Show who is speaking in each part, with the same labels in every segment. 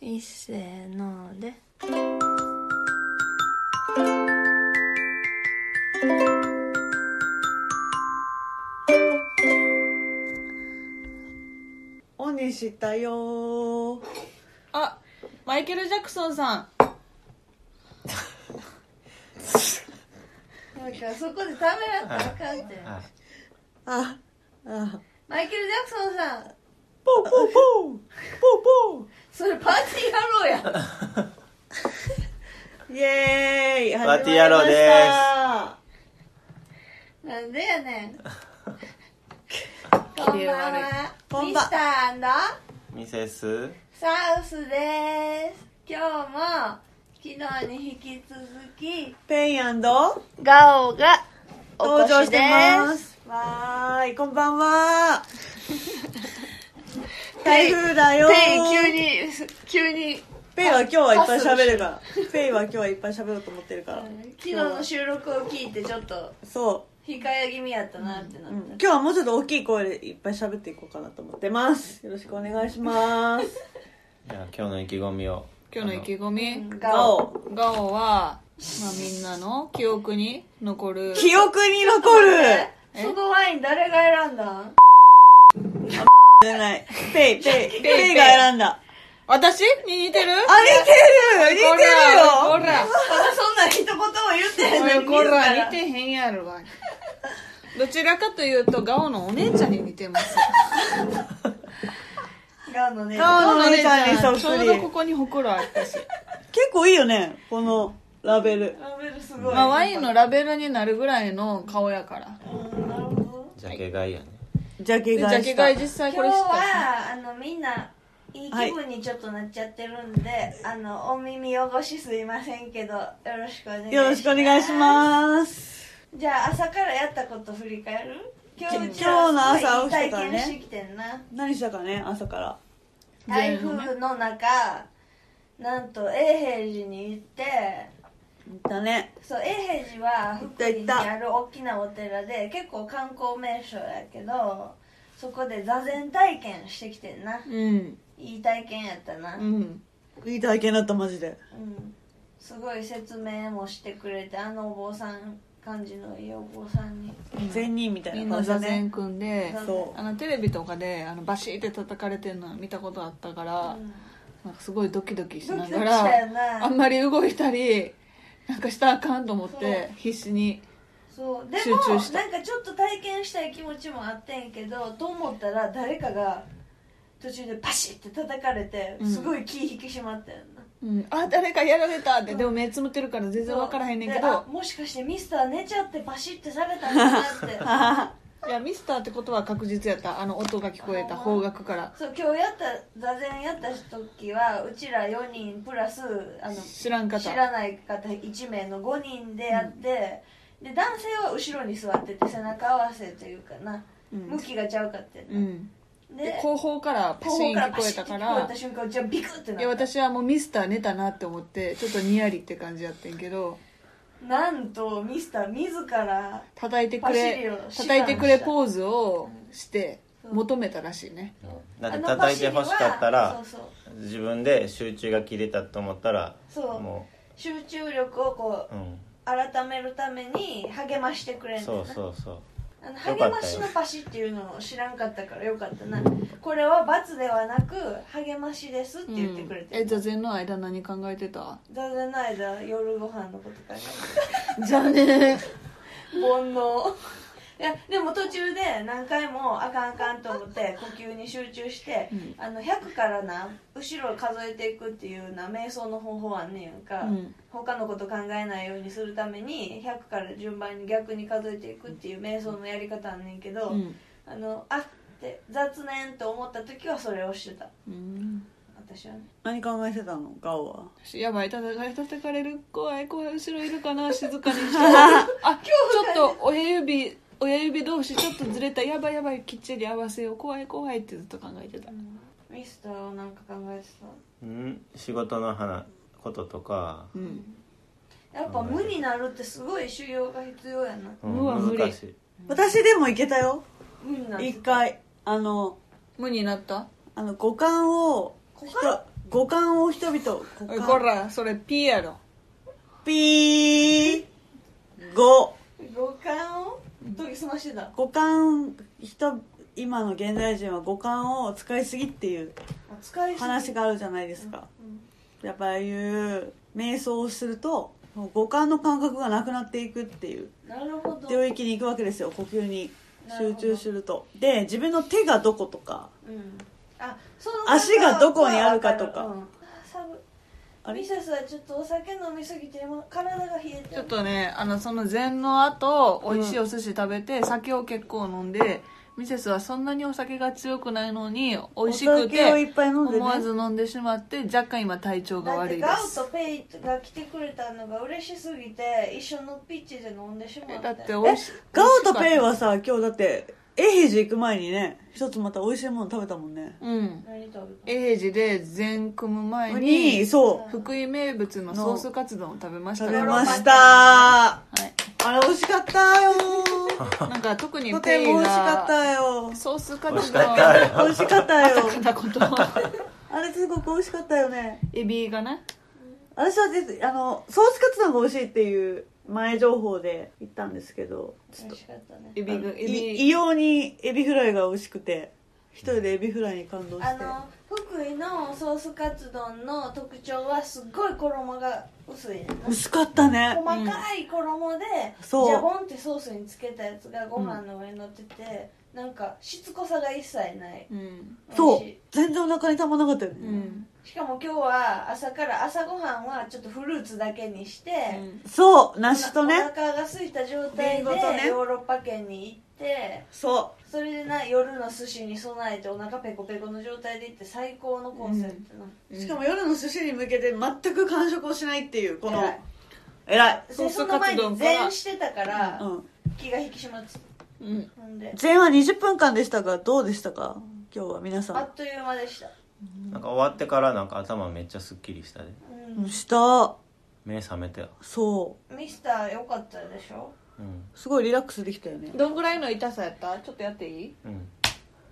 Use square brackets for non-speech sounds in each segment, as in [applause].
Speaker 1: いっせーので
Speaker 2: オンにしたよー
Speaker 3: あマイケル・ジャクソンさん
Speaker 1: [laughs] なんかそこでためらったらあかんって
Speaker 4: はい
Speaker 2: ああ
Speaker 1: マイケル・ジャクソンさん
Speaker 2: ポーポーポーポーポ
Speaker 1: それパーティーやろうや
Speaker 2: ーイエーイ
Speaker 4: パーティー野郎です
Speaker 1: なんでやねん。こんばんは。
Speaker 2: こん
Speaker 1: ミ
Speaker 2: ばん
Speaker 1: スター
Speaker 4: ミセス
Speaker 1: サウスです。今日も昨日に引き続き
Speaker 2: ペイン登
Speaker 1: ガオがお
Speaker 2: 場
Speaker 1: 越し
Speaker 2: し
Speaker 1: で。
Speaker 2: てますすわーいこんばん [laughs] は台風だよー
Speaker 1: ペイ急に急に
Speaker 2: ペイは今日はいっぱい喋るから [laughs] ペイは今日はいっぱい喋ろうと思ってるから
Speaker 1: 昨日の収録を聞いてちょっと
Speaker 2: そ
Speaker 1: 控え気味やったなってなった。
Speaker 2: う、うん今日はもうちょっと大きい声でいっぱい喋っていこうかなと思ってますよろしくお願いします
Speaker 4: じゃあ今日の意気込みを
Speaker 3: 今日の意気込み
Speaker 1: ガオ。
Speaker 2: お
Speaker 3: ガオは、まあ、みんなの記憶に残る
Speaker 2: 記憶に残る
Speaker 1: えそのワイン誰が選んだん？
Speaker 2: じゃないペイペイペ
Speaker 3: ペ
Speaker 2: イ
Speaker 3: イ
Speaker 2: が選んだ
Speaker 3: 私に似てる
Speaker 2: あ似てる似てる
Speaker 3: こ
Speaker 2: よ
Speaker 3: ら
Speaker 1: まだそんな一言も言ってへん
Speaker 3: こ
Speaker 1: のに自
Speaker 3: らこら
Speaker 1: ら
Speaker 3: 似てへんやろわどちらかというとガオのお姉ちゃんに似てます
Speaker 1: ガオのね。
Speaker 2: [laughs] ガオのお姉ちゃんにそっくり
Speaker 3: ちょうどここにほくろあったし、
Speaker 2: 結構いいよねこのラベル
Speaker 1: ラベルすごい。
Speaker 3: まあ、ワインのラベルになるぐらいの顔やから
Speaker 1: うんなるほど。
Speaker 4: ジャケ買いやね
Speaker 2: ジャケ
Speaker 3: でジ
Speaker 2: 買
Speaker 3: ャ
Speaker 2: いし
Speaker 3: ケ
Speaker 2: た
Speaker 3: 買い実際こ
Speaker 1: 今日
Speaker 3: れ知った
Speaker 1: はあのみんないい気分にちょっとなっちゃってるんで、あのお耳汚しすいませんけどよろしくお願いします
Speaker 2: よろしくお願いします
Speaker 1: じゃあ朝からやったこと振り返る今日
Speaker 2: 今
Speaker 1: じゃあ
Speaker 2: 日の朝
Speaker 1: いい体
Speaker 2: 起きてたね
Speaker 1: 験してきてんな
Speaker 2: 何したかね朝から
Speaker 1: 台風の中なんと永平寺に行って
Speaker 2: だね
Speaker 1: そう永平寺は福井
Speaker 2: 行っ
Speaker 1: に
Speaker 2: た行った
Speaker 1: ある大きなお寺で結構観光名所やけどそこで座禅体験してきてんな
Speaker 3: うん
Speaker 1: いい体験やったな、
Speaker 3: うん
Speaker 2: いい体験だったマジで
Speaker 1: うんすごい説明もしてくれてあのお坊さん感じのいいお坊さんに
Speaker 2: 善人みた
Speaker 3: み
Speaker 2: い
Speaker 3: ん
Speaker 2: な感
Speaker 3: な
Speaker 2: じ
Speaker 3: 座
Speaker 2: だ
Speaker 3: 禅
Speaker 2: ね
Speaker 3: 組んで
Speaker 2: そ
Speaker 3: あのテレビとかであのバシーって叩かれてるの見たことあったから、
Speaker 1: うん
Speaker 3: なんかすごいドキドキし
Speaker 1: ド
Speaker 3: な
Speaker 1: キド
Speaker 3: が
Speaker 1: キしたよ
Speaker 3: ら
Speaker 1: な
Speaker 3: あんまり動いたりなんかしたらあかんと思っ
Speaker 1: そう
Speaker 3: て必死に
Speaker 1: そうで
Speaker 3: 集
Speaker 1: も
Speaker 3: 中した
Speaker 1: なんかちょっと体験したい気持ちもあってんけどと思ったら誰かが途中でパシッて叩かれて
Speaker 3: うん
Speaker 1: すごい気引き締まったよな、
Speaker 3: 「うん、あ誰かやられた」ってでも目つむってるから全然分からへんねんけ
Speaker 1: であ
Speaker 3: ど
Speaker 1: もしかしてミスター寝ちゃってパシッてされたんかなっ
Speaker 3: [laughs] いやミスターってことは確実やったあの音が聞こえた方角から
Speaker 1: てそう今日やった座禅やった時はうちら4人プラスあの
Speaker 3: 知らんかっ
Speaker 1: 知
Speaker 3: た
Speaker 1: らない方1名の5人でやって、で男性は後ろに座ってて背中合わせというかな、
Speaker 3: うん
Speaker 1: 向きがちゃうかって
Speaker 3: う
Speaker 1: な、
Speaker 3: んで
Speaker 1: で
Speaker 3: 後方からパ
Speaker 1: 後
Speaker 3: シー
Speaker 1: 方
Speaker 3: ン
Speaker 1: からパ
Speaker 3: 聞こえ
Speaker 1: シッ
Speaker 3: た
Speaker 1: て
Speaker 3: か
Speaker 1: 聞こえ
Speaker 3: ら
Speaker 1: た瞬間じゃあビクって
Speaker 3: いや
Speaker 1: なった
Speaker 3: 私はもうミスター寝たなって思ってちょっとニヤリって感じやってんけど
Speaker 1: なんとミスター自ら
Speaker 3: 叩いてく
Speaker 1: パシリ
Speaker 3: れ
Speaker 1: を指南した
Speaker 3: 叩いてくれポーズをして
Speaker 1: うん
Speaker 3: 求めたらしいね
Speaker 4: うんだって叩いてほしかった
Speaker 1: あの
Speaker 4: ら
Speaker 1: パシリは
Speaker 4: 自分で集中が切れたと思ったら
Speaker 1: そうそうそう
Speaker 4: も
Speaker 1: 集中力をこう
Speaker 4: ううん
Speaker 1: 改めるために励ましてくれんねん
Speaker 4: そ
Speaker 1: な
Speaker 4: うそうそう
Speaker 1: あの
Speaker 4: よか
Speaker 1: 励
Speaker 4: ったよ
Speaker 1: ましのパシっていうのを知らんかったからよかったなこれは罰ではなく励ましですって言ってくれて
Speaker 3: うんえ
Speaker 1: る、
Speaker 3: 座禅の間何考え
Speaker 1: [laughs]
Speaker 3: てた
Speaker 1: 座禅の間夜ご飯のこと考えて
Speaker 3: じゃあね
Speaker 1: 煩悩いやでも途中で何回もあかんあかんと思って呼吸に集中して、
Speaker 3: うん
Speaker 1: あの100からな後ろを数えていくっていうな瞑想の方法あんねやんか、
Speaker 3: うん
Speaker 1: 他のこと考えないようにするために100から順番に逆に数えていくっていう瞑想のやり方あんねんけど、
Speaker 3: うん
Speaker 1: あのあって雑念と思った時はそれをしてた
Speaker 3: うん
Speaker 1: 私はね
Speaker 2: 何考えてたのガオは
Speaker 3: 私やばい叩かれ叩かれる怖い怖い後ろいるかな静かに
Speaker 1: [laughs]
Speaker 3: してあちょっと親指親指同士ちょっとずれたやばいやばいきっちり合わせよう怖い怖いってずっと考えてた
Speaker 1: ミスターは何か考えて
Speaker 4: うん仕事の話こととか、
Speaker 3: うん
Speaker 1: たやっぱ無になるってすごい修行が必要やな
Speaker 4: うん
Speaker 3: うわ無理
Speaker 4: 難しい
Speaker 2: 私でもいけたよ
Speaker 1: 無になって
Speaker 2: 一回あの
Speaker 3: 無になった
Speaker 2: あの五感を
Speaker 1: 股
Speaker 2: 人
Speaker 1: 間
Speaker 2: 五五感を人々
Speaker 3: おい
Speaker 2: 五
Speaker 3: こ
Speaker 2: 感
Speaker 3: らそれピやろ
Speaker 2: ピー五
Speaker 1: 五感を研ぎ澄ましてた
Speaker 2: 五感人今の現代人は五感を使いすぎっていう
Speaker 1: お疲れ様
Speaker 2: 話があるじゃないですか、やっぱああいう瞑想をするともう五感の感覚がなくなっていくっていう
Speaker 1: なるほど
Speaker 2: 領域に行くわけですよ呼吸に
Speaker 1: なる
Speaker 2: 集
Speaker 1: ほど
Speaker 2: 中するとで自分の手がどことか
Speaker 1: うんあその
Speaker 2: 足がどこにあるかとか
Speaker 1: うんあ寒い
Speaker 2: あれ
Speaker 1: ミセスはちょっとお酒飲みすぎて今体が冷えて
Speaker 3: ちょっ
Speaker 1: る
Speaker 3: とねあのその禅の後美味しいお寿司食べて、酒を結構飲んでミセスはそんなにお酒が強くないのに美味しく
Speaker 2: お酒をい
Speaker 3: て
Speaker 2: っぱい飲んで
Speaker 3: 思
Speaker 2: ね
Speaker 3: わず飲んでしまって若干今体調が
Speaker 1: だっ
Speaker 3: 悪い
Speaker 1: て
Speaker 3: で
Speaker 1: ガ
Speaker 3: す
Speaker 1: ウとペイが来てくれたのが嬉しすぎて一緒のピッチで飲んでしま
Speaker 3: え
Speaker 1: って
Speaker 3: だって
Speaker 1: あ
Speaker 3: 美味し
Speaker 2: ガオとペイ
Speaker 3: は
Speaker 2: はさ今日だってエヘジ行く前にね一つまた美味しいもの食べたもんね
Speaker 3: うん
Speaker 1: 何食べ
Speaker 3: 永平寺で禅組む前に
Speaker 2: にそう
Speaker 3: 福井名物のソースカツ丼を食べました
Speaker 2: 食
Speaker 3: よ
Speaker 2: べましたあれ美味しかった
Speaker 3: [laughs]
Speaker 2: よ
Speaker 3: はい、なんか特に
Speaker 2: とて
Speaker 3: ペイ
Speaker 2: も美味しかっ
Speaker 3: が
Speaker 2: たよ
Speaker 3: ソースカ
Speaker 4: 美味し
Speaker 3: ツ丼
Speaker 4: かったよ
Speaker 2: 美味しかった
Speaker 3: [laughs]
Speaker 2: よ
Speaker 3: なこと
Speaker 2: あれすごく美味しかったよね
Speaker 3: エビがね
Speaker 2: 私は実あのソースカツ丼が美味しいっていう前情報で行ったんですけど
Speaker 1: た美味しかったね
Speaker 3: エビがエ
Speaker 2: い
Speaker 3: ビ
Speaker 2: 異様にエビフライが美味しくて一人でエビフライに感動して
Speaker 1: あの福井のソースカツ丼の特徴はすっごい衣が薄いね
Speaker 2: 薄かったね
Speaker 1: 細かい衣で、
Speaker 2: そう
Speaker 1: ジャボンってソースにつけたやつがご飯の上に乗ってて、なんかしつこさが一切ない
Speaker 3: うん
Speaker 2: そ
Speaker 1: 美味
Speaker 2: う全然お腹にたまんなかったよね、
Speaker 3: うん
Speaker 1: しいしかも今日は朝から朝ごはんはちょっとフルーツだけにして、
Speaker 2: そう
Speaker 1: おな
Speaker 2: 梨と
Speaker 1: お
Speaker 2: ね
Speaker 1: 腹が空いた状態
Speaker 2: リ
Speaker 1: で
Speaker 2: ンゴとね
Speaker 1: ヨーロッパ圏に行って
Speaker 2: そ
Speaker 1: それでな夜の寿司に備えてお腹ペコペコの状態で行って最高のコンセプトな、
Speaker 2: うしかも夜の寿司に向けて全く完食をしないっていうこの
Speaker 1: 偉い
Speaker 2: 偉い
Speaker 1: で
Speaker 3: ソース
Speaker 1: その前
Speaker 3: カツ
Speaker 1: に
Speaker 3: 丼から
Speaker 1: 全してたから、
Speaker 2: うん
Speaker 1: 気が引き締まってた
Speaker 3: うん
Speaker 1: ほんで
Speaker 2: 前半20分間でしたがどうでしたか今日は皆
Speaker 1: あ
Speaker 2: さ
Speaker 1: っという間でした、
Speaker 4: なんか終わってからなんか頭めっちゃすっきりしたで
Speaker 1: うん
Speaker 2: んした
Speaker 4: 目覚めたよ
Speaker 2: そ
Speaker 1: ミスター良かったでしょ
Speaker 4: うん
Speaker 2: うすごいリラックスできたよね
Speaker 3: どんぐらいの痛さやったちょっとやっていい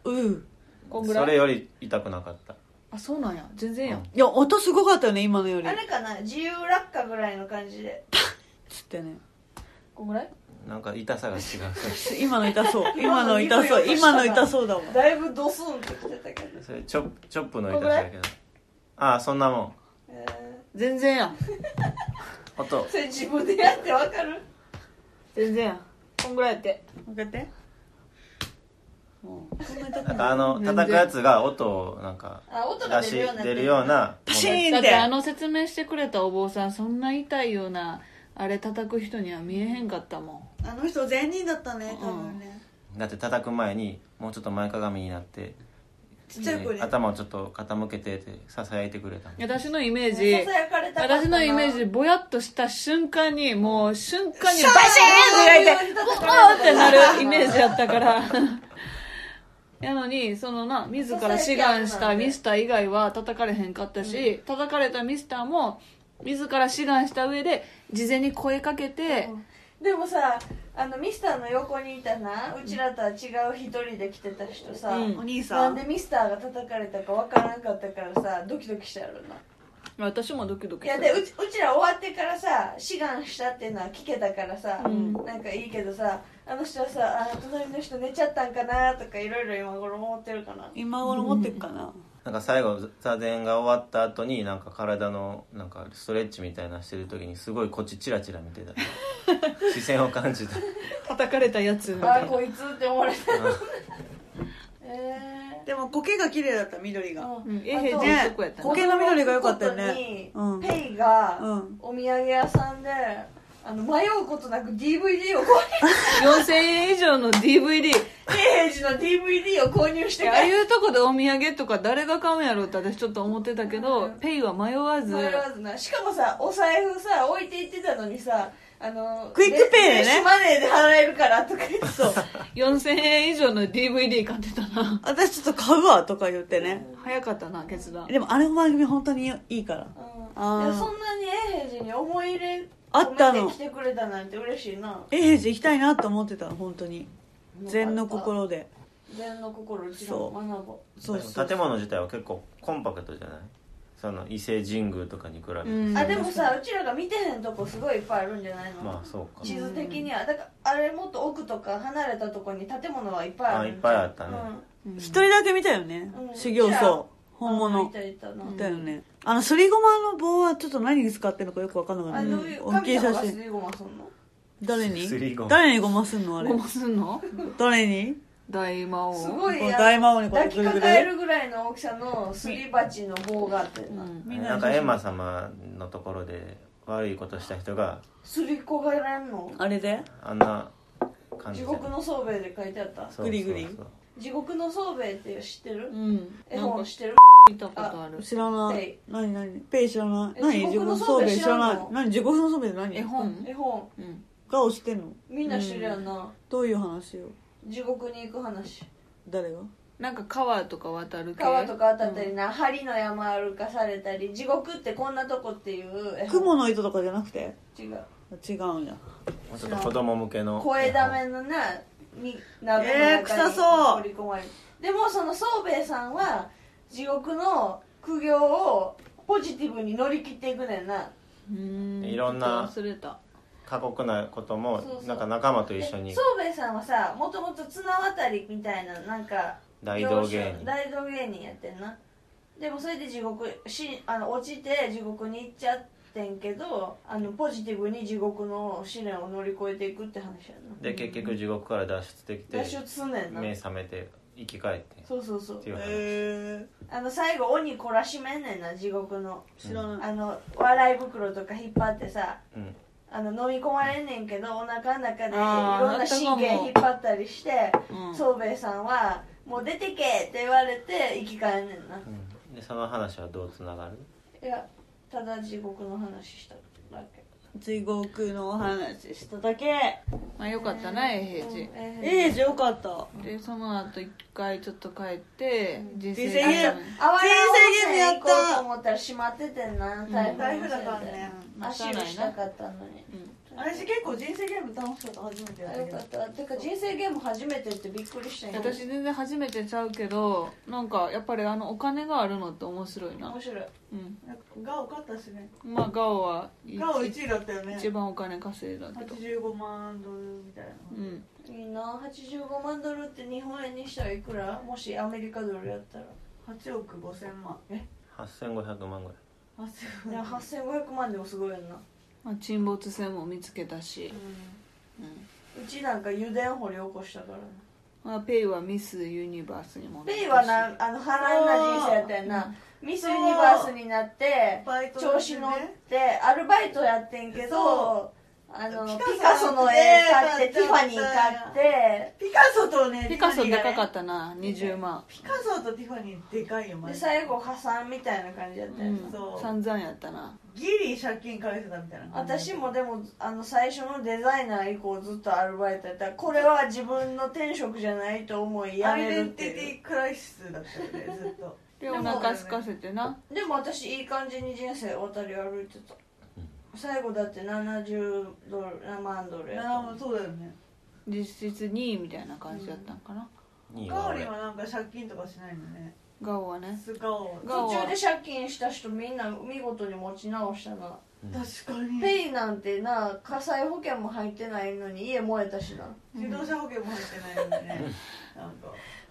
Speaker 4: うん
Speaker 2: うん
Speaker 3: こんぐらい
Speaker 4: それより痛くなかった
Speaker 3: あそうなんや全然やん
Speaker 2: いや音すごかったよね今のより
Speaker 1: あれかな自由落下ぐらいの感じで
Speaker 2: つってね
Speaker 3: こんぐらい
Speaker 4: なんか痛
Speaker 3: [laughs]
Speaker 4: さが違う
Speaker 2: 今の痛 [laughs] そう今の痛そう今の痛そうだわ
Speaker 1: だいぶドスンってきてたけど、
Speaker 4: それチョップチョップの痛さだけどああそんなもん
Speaker 1: え
Speaker 3: 全然やん
Speaker 4: 音
Speaker 1: ー、それ自分でやってわかる
Speaker 3: 全然やんこんぐらいやって
Speaker 2: 分かってもうそんな痛く
Speaker 4: なんか
Speaker 2: な
Speaker 4: あ
Speaker 2: い
Speaker 4: の叩くやつが音をなんか
Speaker 1: あ音が
Speaker 4: 出
Speaker 1: 出
Speaker 4: し
Speaker 1: るようになって
Speaker 4: 出るような
Speaker 2: パシーン
Speaker 3: だ
Speaker 2: っ
Speaker 3: っててあの説明してくれたお坊さんそんな痛いようなあれ叩く人には見えへんかったも
Speaker 2: あの人善人だったね多分ね、
Speaker 4: だって叩く前にもうちょっと前かがみになって
Speaker 2: ちっちゃい子に、
Speaker 4: 頭をちょっと傾けてってささやいてくれたもん
Speaker 3: ん私のイメー
Speaker 1: ささ
Speaker 3: ジ
Speaker 1: やかれたかったな
Speaker 3: 私のイメージぼやっとした瞬間にもう瞬間にバシーンって開いて
Speaker 1: あ
Speaker 3: あーってなるイメージやったから [laughs] やのにそのな自ら志願したミスター以外は叩かれへんかったし、叩かれたミスターも自ら志願した上で事前に声かけて、
Speaker 1: でもさあのミスターの横にいたなうちらとは違う一人で来てた人さ、
Speaker 3: うん
Speaker 2: お兄
Speaker 1: な
Speaker 2: さ
Speaker 1: んで
Speaker 2: ん
Speaker 1: ミスターが叩かれたかわからんかったからさドキドキしたやろな
Speaker 3: 私もドキド
Speaker 1: い
Speaker 3: キ
Speaker 1: やでうちうちら終わってからさ志願したっていうのは聞けたからさ、
Speaker 3: うん
Speaker 1: なんかいいけどさあの人はさあ隣の人寝ちゃったんかなとかいろいろ今頃思ってるかな
Speaker 2: 今頃持ってくかな、
Speaker 4: なんか最後座禅が終わった後になんか体のなんかストレッチみたいなしてる時にすごいこっちチラチラ見てた
Speaker 2: [laughs]
Speaker 4: 視線を感じた
Speaker 3: 叩かれたやつ
Speaker 1: あーこいつって思われた [laughs] え
Speaker 2: でも苔が綺麗だった緑
Speaker 1: ー
Speaker 2: が、
Speaker 1: うん
Speaker 3: うんえへ
Speaker 1: あと
Speaker 3: 全然そこやったな
Speaker 2: ね苔の緑が良かったよね
Speaker 1: ことに
Speaker 2: うん
Speaker 1: ペイが
Speaker 2: うん
Speaker 1: お土産屋さんであの迷うことなく DVD を購
Speaker 2: [laughs]
Speaker 3: 4000円以上の DVD
Speaker 1: 入ペイジの DVD を購入して
Speaker 3: あ
Speaker 1: から
Speaker 3: あいうとこでお土産とか誰が買うんやろうって私ちょっと思ってたけど、ペイは迷わず
Speaker 1: 迷わずなしかもさお財布さ置いていってたのにさあの
Speaker 2: クイックペイで
Speaker 1: 電
Speaker 2: ね
Speaker 1: 子マネーで払えるからとか言って
Speaker 2: [laughs] そう
Speaker 3: 4000円以上の DVD 買ってたな [laughs]
Speaker 2: 私ちょっと買うわとか言ってね、
Speaker 3: 早かったな決断
Speaker 2: でもあの番組本当にいいから
Speaker 1: うん
Speaker 2: あー
Speaker 1: いやそんなに永平寺に思い入れ
Speaker 2: あったの
Speaker 1: 込めて来てくれたなんて嬉しいな
Speaker 2: 永平寺行きたいなと思ってたの本当に禅の心で
Speaker 1: 禅の心うちの学ぼう
Speaker 2: そうそう
Speaker 4: でも建物自体は結構コンパクトじゃないその伊勢神宮とかに比べて、
Speaker 3: うん
Speaker 1: あでもさうちらが見てへんとこすごいいっぱいあるんじゃないの、
Speaker 4: まあそうか
Speaker 1: 地図的にはだからあれもっと奥とか離れたとこに建物はいっぱいある
Speaker 4: あいっぱいあったね、
Speaker 2: 一人だけ見たよね、
Speaker 1: うん
Speaker 2: 修行僧本
Speaker 1: あ
Speaker 2: 物
Speaker 1: 見たいたな
Speaker 2: だよねあのすりごまの棒はちょっと何に使ってるのかよく分かんなか
Speaker 1: あ
Speaker 2: った、
Speaker 1: どういう
Speaker 2: 大き
Speaker 1: 神
Speaker 2: い
Speaker 1: 様
Speaker 2: 写
Speaker 1: がす
Speaker 2: 真
Speaker 1: りごますんの
Speaker 2: 誰に
Speaker 4: すりごま
Speaker 2: 誰にごますんのあれ
Speaker 3: ごますんの
Speaker 2: 誰に
Speaker 3: 大魔王
Speaker 1: すごい
Speaker 2: こう
Speaker 1: あの
Speaker 2: 大魔王にこう
Speaker 1: 抱きかかえるぐらいの大きさのすり鉢の棒があって
Speaker 3: う
Speaker 1: なん
Speaker 2: みんな
Speaker 4: なんかエンマ様のところで悪いことした人が
Speaker 1: すりこがらんの
Speaker 2: あれで
Speaker 4: あんな感じ
Speaker 1: 地
Speaker 4: じゃない
Speaker 1: 獄の宗兵衛で書いてあった
Speaker 4: そうそうそう
Speaker 2: グリグリ
Speaker 1: 地獄の宗兵衛って知ってる
Speaker 2: うん
Speaker 1: 絵本知ってる
Speaker 3: 見たことある
Speaker 2: 知らな
Speaker 1: ペ
Speaker 2: い何何ペイ知らない
Speaker 1: え
Speaker 2: 何
Speaker 1: 地獄
Speaker 2: 地獄
Speaker 1: の
Speaker 2: の
Speaker 1: 僧
Speaker 2: 装
Speaker 1: 兵衛
Speaker 2: 備知
Speaker 1: 知ら
Speaker 2: ら
Speaker 1: んの
Speaker 2: ない何地獄の装備って何
Speaker 3: 絵本
Speaker 1: 絵本
Speaker 3: うん
Speaker 2: が押してんの
Speaker 1: みんな知るやんな
Speaker 2: どういう話を
Speaker 1: 地獄に行く話
Speaker 2: 誰が
Speaker 3: なんか川とか渡る系
Speaker 1: 川とか渡ったりな針の山歩かされたり地獄ってこんなとこっていう絵本
Speaker 2: 雲の糸とかじゃなくて
Speaker 1: 違う
Speaker 2: 違うんや
Speaker 4: もうちょっと子供向けの
Speaker 1: 声だめのなに鍋の
Speaker 2: えー
Speaker 1: 中に
Speaker 2: 臭そう
Speaker 1: 放り込まれるでもその宗兵衛さんは地獄の苦行をポジティブに乗り切っていくねんな
Speaker 3: うーん
Speaker 4: いろんな
Speaker 3: 忘れた
Speaker 4: 過酷なことも
Speaker 1: そうそう
Speaker 4: なんか仲間と
Speaker 1: で
Speaker 4: 一
Speaker 1: 宗
Speaker 4: 緒に
Speaker 1: 兵衛さんはさもともと綱渡りみたいななんか
Speaker 4: 大道芸
Speaker 1: 行商
Speaker 4: 人
Speaker 1: 大道芸人やってんなでもそれで地獄しあの落ちて地獄に行っちゃってんけどあのポジティブに地獄の試練を乗り越えていくって話やな
Speaker 4: で結局地獄から脱出できて
Speaker 1: 脱出すんねんな
Speaker 4: 目覚めて生き返って
Speaker 1: そうそうそう
Speaker 4: っていう話、
Speaker 2: え
Speaker 1: あの最後鬼懲らしめんねんな地獄の
Speaker 2: 知らない
Speaker 1: あの笑い袋とか引っ張ってさ
Speaker 4: うん、
Speaker 1: あの飲み込まれんねんけどお腹の中でい
Speaker 3: あー
Speaker 1: ろんな神経引っ張ったりして
Speaker 3: うん
Speaker 1: 宗兵衛さんは「もう出てけ!」って言われて生き返んねんな
Speaker 4: うん、でその話はどうつながる
Speaker 1: いやただ地獄の話しただけ
Speaker 2: 地獄のお話しただけ
Speaker 3: まあよかったな永平寺
Speaker 2: ええ
Speaker 1: え
Speaker 2: じゃよかった
Speaker 3: でその後一回ちょっと帰って人
Speaker 2: 人生ゲーム
Speaker 1: あわら
Speaker 2: 人生ゲームや
Speaker 1: 温泉
Speaker 2: っ
Speaker 1: 行
Speaker 2: た
Speaker 1: こうと思ったら閉まっててんな台
Speaker 2: 台風だからね
Speaker 3: ま
Speaker 1: 足
Speaker 3: た
Speaker 1: を
Speaker 3: ないな
Speaker 1: したかったのに
Speaker 2: 私結構人生ゲーム楽しかった初めて
Speaker 1: よかったてか人生ゲーム初めてってびっくりしたんや
Speaker 3: 私全然初めてちゃうけどなんかやっぱりあのお金があるのって面白いな
Speaker 1: 面、白い
Speaker 3: うん、
Speaker 2: が多かったしね
Speaker 3: まあガオはい
Speaker 2: が1位だったよね
Speaker 3: 一番お金稼いだけど
Speaker 2: 85万ドルみたいな
Speaker 3: うん
Speaker 1: いいな85万ドルって日本円にしたらいくらもしアメリカドルやったら
Speaker 2: 8億5千万え
Speaker 4: 8500万ぐらい
Speaker 2: 8
Speaker 1: でも8500万でもすごいよな
Speaker 3: まあ、沈没船も見つけたし、う
Speaker 1: うちなんか油田掘り起こしたからなん
Speaker 3: まあ、ペイはミスユニバースにもなったし
Speaker 1: ペイはなあの波乱な人生やったよなミスユニバースになって
Speaker 2: バイト
Speaker 1: 調子乗ってアルバイトやってんけ
Speaker 2: そ
Speaker 1: どあのピ
Speaker 2: ピ
Speaker 1: カ
Speaker 2: カ
Speaker 1: ソ
Speaker 2: ソ
Speaker 1: の
Speaker 2: の
Speaker 1: 絵
Speaker 2: 絵
Speaker 1: 買ってティファニー買って
Speaker 2: ピカソとね
Speaker 3: ピカソ
Speaker 2: ティ
Speaker 3: で
Speaker 2: ファニーが
Speaker 3: か
Speaker 2: ね
Speaker 3: かったな20万
Speaker 2: ピカソとティファニーでかいよマ
Speaker 1: で
Speaker 2: ジ
Speaker 1: 最後破産みたいな感じやったよな
Speaker 2: そう
Speaker 3: 散々やったな
Speaker 2: ギリ借金返せたみたいな
Speaker 1: 私もでもあの最初のデザイナー以降ずっとアルバイトやったこれは自分の転職じゃないと思いや
Speaker 2: アイ
Speaker 1: め
Speaker 2: デ
Speaker 1: るっ
Speaker 2: ン
Speaker 1: て
Speaker 2: ティ
Speaker 1: い
Speaker 2: ティクライシスだったよねずっと
Speaker 3: でお腹空かせてな
Speaker 1: うでも私いい感じに人生渡り歩いてた最後だって70ドル7万ドルやっ
Speaker 2: ああ
Speaker 1: た
Speaker 2: も
Speaker 1: も
Speaker 2: うんそうだよね
Speaker 3: 実質2位みたいな感じだったんかな、
Speaker 4: 2位
Speaker 2: ガ
Speaker 4: は
Speaker 2: オリ
Speaker 4: 俺
Speaker 2: ンはなんか借金とかしないのね
Speaker 3: ガオはね
Speaker 2: 素顔
Speaker 3: ガオ
Speaker 1: 途中で借金した人みんな見事に持ち直したな
Speaker 2: 確かに
Speaker 1: ペイなんてな火災保険も入ってないのに家燃えたしな
Speaker 2: 自動車保険も入ってないのにねなんか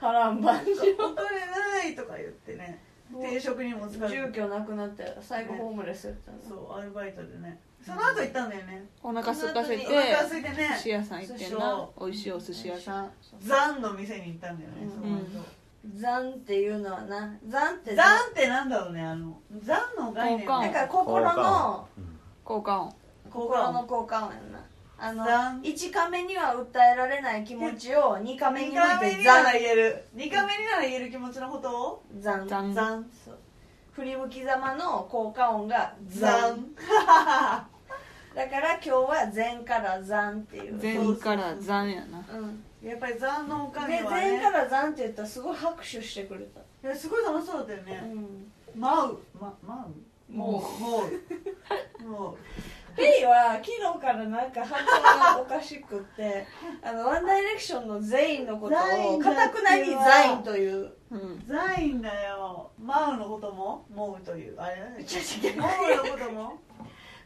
Speaker 1: 波乱万丈
Speaker 2: [laughs] 「お金ない!」とか言ってね定食にも使う
Speaker 1: 住居なくなって最後ホームレスやったな
Speaker 2: そうアルバイトでねその後行ったんだよね
Speaker 3: お腹空かせて
Speaker 2: お腹空いてね
Speaker 3: 寿司屋さん行ってんな美味しいお寿司屋さん
Speaker 2: ザンの店に行ったんだよね、その後
Speaker 3: うん
Speaker 1: 残っていうのはな残って
Speaker 2: ザンってなんだろうねあのザンの概念
Speaker 3: 交
Speaker 1: だ
Speaker 3: 換
Speaker 2: ね
Speaker 1: から心の
Speaker 3: 交換音
Speaker 2: ここ
Speaker 1: 心の
Speaker 2: は
Speaker 1: 交換音やなあ
Speaker 2: 残
Speaker 1: の1カメには訴えられない気持ちを2カメ
Speaker 2: 2
Speaker 1: に向
Speaker 2: 回目
Speaker 1: け
Speaker 2: に
Speaker 1: て
Speaker 2: な
Speaker 1: ザ
Speaker 2: ら
Speaker 1: ン
Speaker 2: 言える2回目になら言える気持ちのことを
Speaker 1: ザン
Speaker 3: ザン
Speaker 2: ザン
Speaker 1: そう振り向きざまの効果音がザ
Speaker 2: ザ
Speaker 1: ン
Speaker 2: ン
Speaker 1: だから今日は禅からザンっていう
Speaker 3: 全から残やな
Speaker 1: うん
Speaker 2: やっぱりザンのおか
Speaker 1: で
Speaker 2: げは
Speaker 1: 全員
Speaker 2: ね
Speaker 1: から「ザン」って言ったらすごい拍手してくれた、
Speaker 2: いやすごい楽しそうだったよ
Speaker 1: う
Speaker 2: ね
Speaker 1: ん、
Speaker 2: マウまマウ
Speaker 1: も
Speaker 2: うもうも
Speaker 1: ペイは昨日からなんか反応がおかしくってあのワンダイレクションの全員のこと
Speaker 2: ザイ
Speaker 1: を
Speaker 2: ン
Speaker 1: か
Speaker 2: だって
Speaker 1: た
Speaker 2: ば
Speaker 1: くなに「ザイン」という
Speaker 3: うん
Speaker 2: うザインだよマウのこともモウというあれだねモウのことも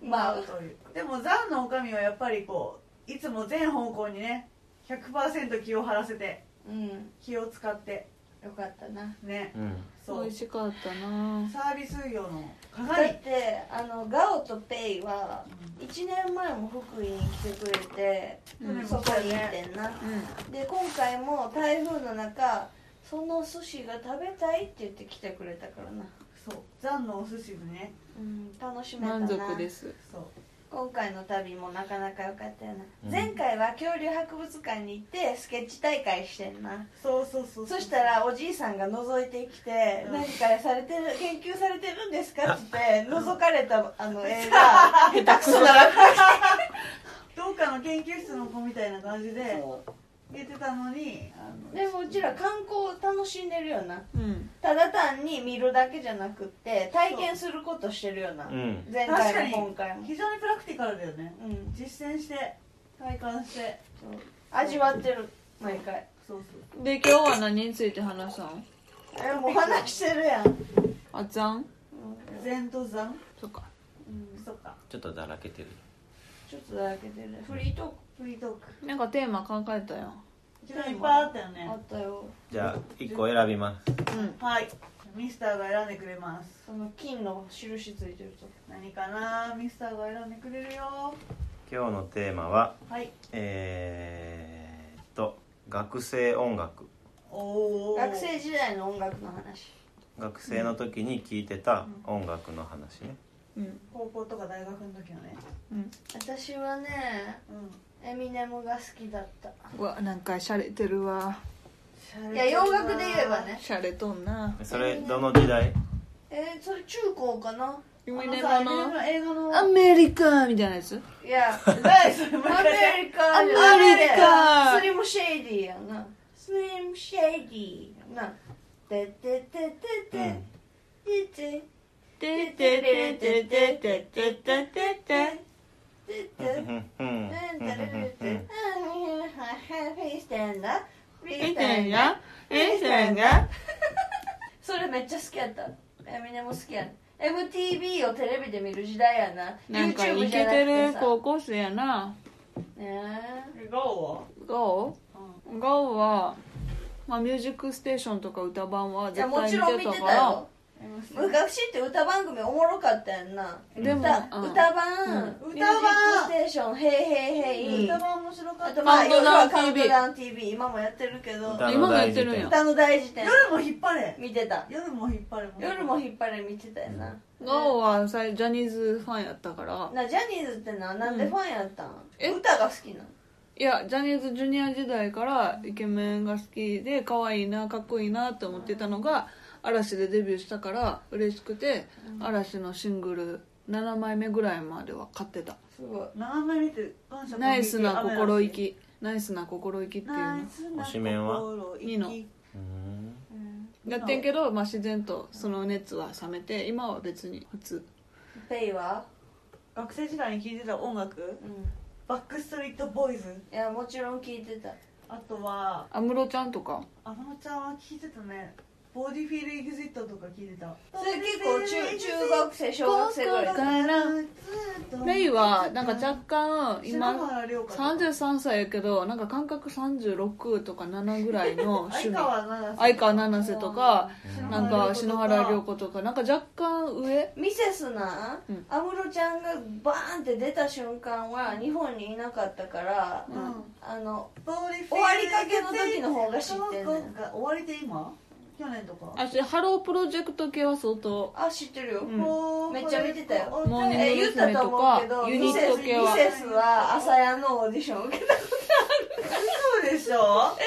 Speaker 2: マ
Speaker 1: まあ
Speaker 2: ウというでもザンの女将はやっぱりこういつも全方向にね100%気を張らせて
Speaker 1: うん
Speaker 2: 気を使って
Speaker 1: よかったな
Speaker 2: ね
Speaker 4: うん
Speaker 2: そ
Speaker 3: 美
Speaker 2: う
Speaker 3: 味しかったな
Speaker 2: サービス業の
Speaker 1: だ
Speaker 2: 鏡
Speaker 1: ってあのガオとペイは1年前も福井に来てくれて、
Speaker 2: うん
Speaker 1: そこに行ってんな、
Speaker 2: う
Speaker 1: で今回も台風の中そのお寿司が食べたいって言って来てくれたからな、
Speaker 2: んそうザンのお寿司でね
Speaker 1: うん、楽しめたな
Speaker 3: 満足です
Speaker 2: そう
Speaker 1: 今回の旅もなかなか良かったよな、
Speaker 4: うん
Speaker 1: 前回は恐竜博物館に行ってスケッチ大会してんな
Speaker 2: そうそうそう
Speaker 1: そしたらおじいさんが覗いてきて「
Speaker 2: うん
Speaker 1: 何かされてる研究されてるんですか?」って言って覗かれたあの映
Speaker 2: [laughs]
Speaker 1: 画下手くそだら
Speaker 2: どっかの研究室の子みたいな感じで言ってたのにあの
Speaker 1: でもうちら観光を楽しんでるよな
Speaker 3: うん
Speaker 1: ただ単に見るだけじゃなくって体験することしてるよな、
Speaker 4: うん
Speaker 1: 前
Speaker 2: 確か
Speaker 1: 回
Speaker 2: に
Speaker 1: も今回も
Speaker 2: 非常にプラクティカルだよね
Speaker 1: うん
Speaker 2: 実践して体感して
Speaker 1: そう味わってる毎回
Speaker 2: そうそう
Speaker 3: で今日は何について話したん
Speaker 1: えもう話してるやん、うん
Speaker 3: あざん
Speaker 2: 禅と残
Speaker 3: とか
Speaker 1: うん
Speaker 2: そっか
Speaker 4: ちょっとだらけてる
Speaker 1: ちょっとだらけてるフリート
Speaker 2: フリートーク
Speaker 3: なんかテーマ考えたよ
Speaker 2: 一番いっぱいあったよ
Speaker 1: ークあ
Speaker 2: ね
Speaker 1: ったよ
Speaker 4: じゃあ一個選びます
Speaker 3: うん
Speaker 2: はいミスターが選んでくれます
Speaker 1: その金の印ついてるとこ
Speaker 2: 何かなミスターが選んでくれるよ
Speaker 4: 今日のテーマは
Speaker 2: はい
Speaker 4: えー、っと学生音楽
Speaker 2: おお
Speaker 1: 学生時代の音楽の話
Speaker 4: 学生の時に聴いてた音楽の話ね、
Speaker 3: うん
Speaker 2: 高校とか大学の時のね
Speaker 3: うん
Speaker 1: 私はね
Speaker 2: うん
Speaker 1: エミネムが好きだった
Speaker 3: うわなんか洒落てるわ
Speaker 1: いや洋楽で言えばね
Speaker 3: 洒落とんな
Speaker 4: それどの時代
Speaker 1: えー、それ中高かな
Speaker 2: あの
Speaker 3: 夢
Speaker 2: さエ
Speaker 3: ね
Speaker 2: ミネムの映画の
Speaker 3: アメリカみたいなやつ
Speaker 1: いや
Speaker 2: 何それもう一
Speaker 1: ア
Speaker 2: 回
Speaker 1: メリカじゃ
Speaker 3: アメリカ
Speaker 1: スリムシェイディやなスリムシェイディやなてててて
Speaker 4: う
Speaker 1: て
Speaker 4: ん
Speaker 1: てて
Speaker 3: てててててててててて
Speaker 1: て
Speaker 4: う
Speaker 1: て
Speaker 4: んうんうんうん
Speaker 3: みたい
Speaker 1: な
Speaker 3: なえさんが
Speaker 1: それめっちゃ好きやったエミネも好きやん MTV をテレビで見る時代やな
Speaker 3: なんかイ
Speaker 1: YouTube
Speaker 3: ケ
Speaker 1: じゃな
Speaker 3: てる
Speaker 1: くてさ
Speaker 3: 高校生やな
Speaker 1: ねえ
Speaker 2: ガオは
Speaker 3: ゴ
Speaker 2: うん
Speaker 3: ーゴーは、まあ、ミュージックステーションとか歌版はい
Speaker 1: や
Speaker 3: 絶
Speaker 1: も
Speaker 3: 対
Speaker 1: ちろん
Speaker 3: 見
Speaker 1: 見
Speaker 3: て
Speaker 1: て
Speaker 3: たか
Speaker 1: た
Speaker 3: ら
Speaker 1: よ昔って歌番組おもろかったやんな
Speaker 3: でも、
Speaker 1: 歌
Speaker 3: うん
Speaker 1: 歌版、
Speaker 2: うん
Speaker 1: ミュージックステーション「ヘイヘイヘイ
Speaker 2: 歌」番面白か
Speaker 1: あ
Speaker 2: っ
Speaker 1: と
Speaker 2: た
Speaker 1: まあ
Speaker 3: カウ
Speaker 1: 夜はカウン
Speaker 3: ントダウン TV
Speaker 1: トダウン TV 今もやってるけど
Speaker 4: 歌の大事
Speaker 3: 今もやってるんや
Speaker 4: 典
Speaker 1: 歌の大辞典
Speaker 2: 夜も引っ張れ
Speaker 1: 見てた
Speaker 2: 夜も引っ張れ
Speaker 1: 夜も引っ張り見てたよな、
Speaker 3: ゴーはさジャニーズファンやったから
Speaker 1: なジャニーズってななんでファンやったん、
Speaker 3: え
Speaker 1: 歌が好きなの
Speaker 3: いやジャニーズジュニア時代からイケメンが好きで可愛いなかっこいいなと思ってたのが嵐でデビューしたから嬉しくて嵐のシングル7枚目ぐらいまでは買ってた
Speaker 1: すごい
Speaker 2: 長め見て感謝
Speaker 3: ナイスな心意
Speaker 2: っ
Speaker 3: 気ナイスな心意気っていう
Speaker 2: ナイ
Speaker 3: の
Speaker 2: スな
Speaker 4: 推しメンは
Speaker 2: 心意気
Speaker 3: ニノ
Speaker 4: うん
Speaker 3: やってんけど、まあ、自然とその熱は冷めて今は別に普通
Speaker 1: ペイは、
Speaker 2: 学生時代に聴いてた音楽
Speaker 1: うん、
Speaker 2: バックストリートボーイズ
Speaker 1: いやもちろん聞いてた
Speaker 2: あとは
Speaker 3: 安室ちゃんとか
Speaker 2: 安室ちゃんは聴いてたねボディフィルエグゼットとか聴いてた
Speaker 1: それ結構中中学生小学生ぐらい
Speaker 3: 高校からメイはなんか若
Speaker 2: ん
Speaker 3: 干今
Speaker 2: 原涼香
Speaker 3: 33歳やけどなんか感覚36とか7ぐらいの趣
Speaker 2: 相
Speaker 3: 味
Speaker 2: 川七瀬
Speaker 3: 相川七瀬とか
Speaker 2: うん
Speaker 3: なんか篠原涼子とかなんか若干上
Speaker 1: ミセスな
Speaker 3: うん
Speaker 1: 安室、ちゃんがバーンって出た瞬間は日本にいなかったから、
Speaker 2: うん
Speaker 1: あの
Speaker 2: ボディフィル
Speaker 1: 終わりかけの時
Speaker 2: エグゼット
Speaker 1: の方が知ってんねん
Speaker 2: 終わりで今去年とか
Speaker 3: あしハロープロジェクト系は相当
Speaker 1: あ知ってるよ、
Speaker 3: うん
Speaker 1: めっちゃ見てたよ
Speaker 3: モーニング
Speaker 1: え言ったと思うけど
Speaker 3: ユニット系は
Speaker 1: ミセスミセスは朝屋のオーディション受けた
Speaker 2: そうで
Speaker 1: え
Speaker 2: しょ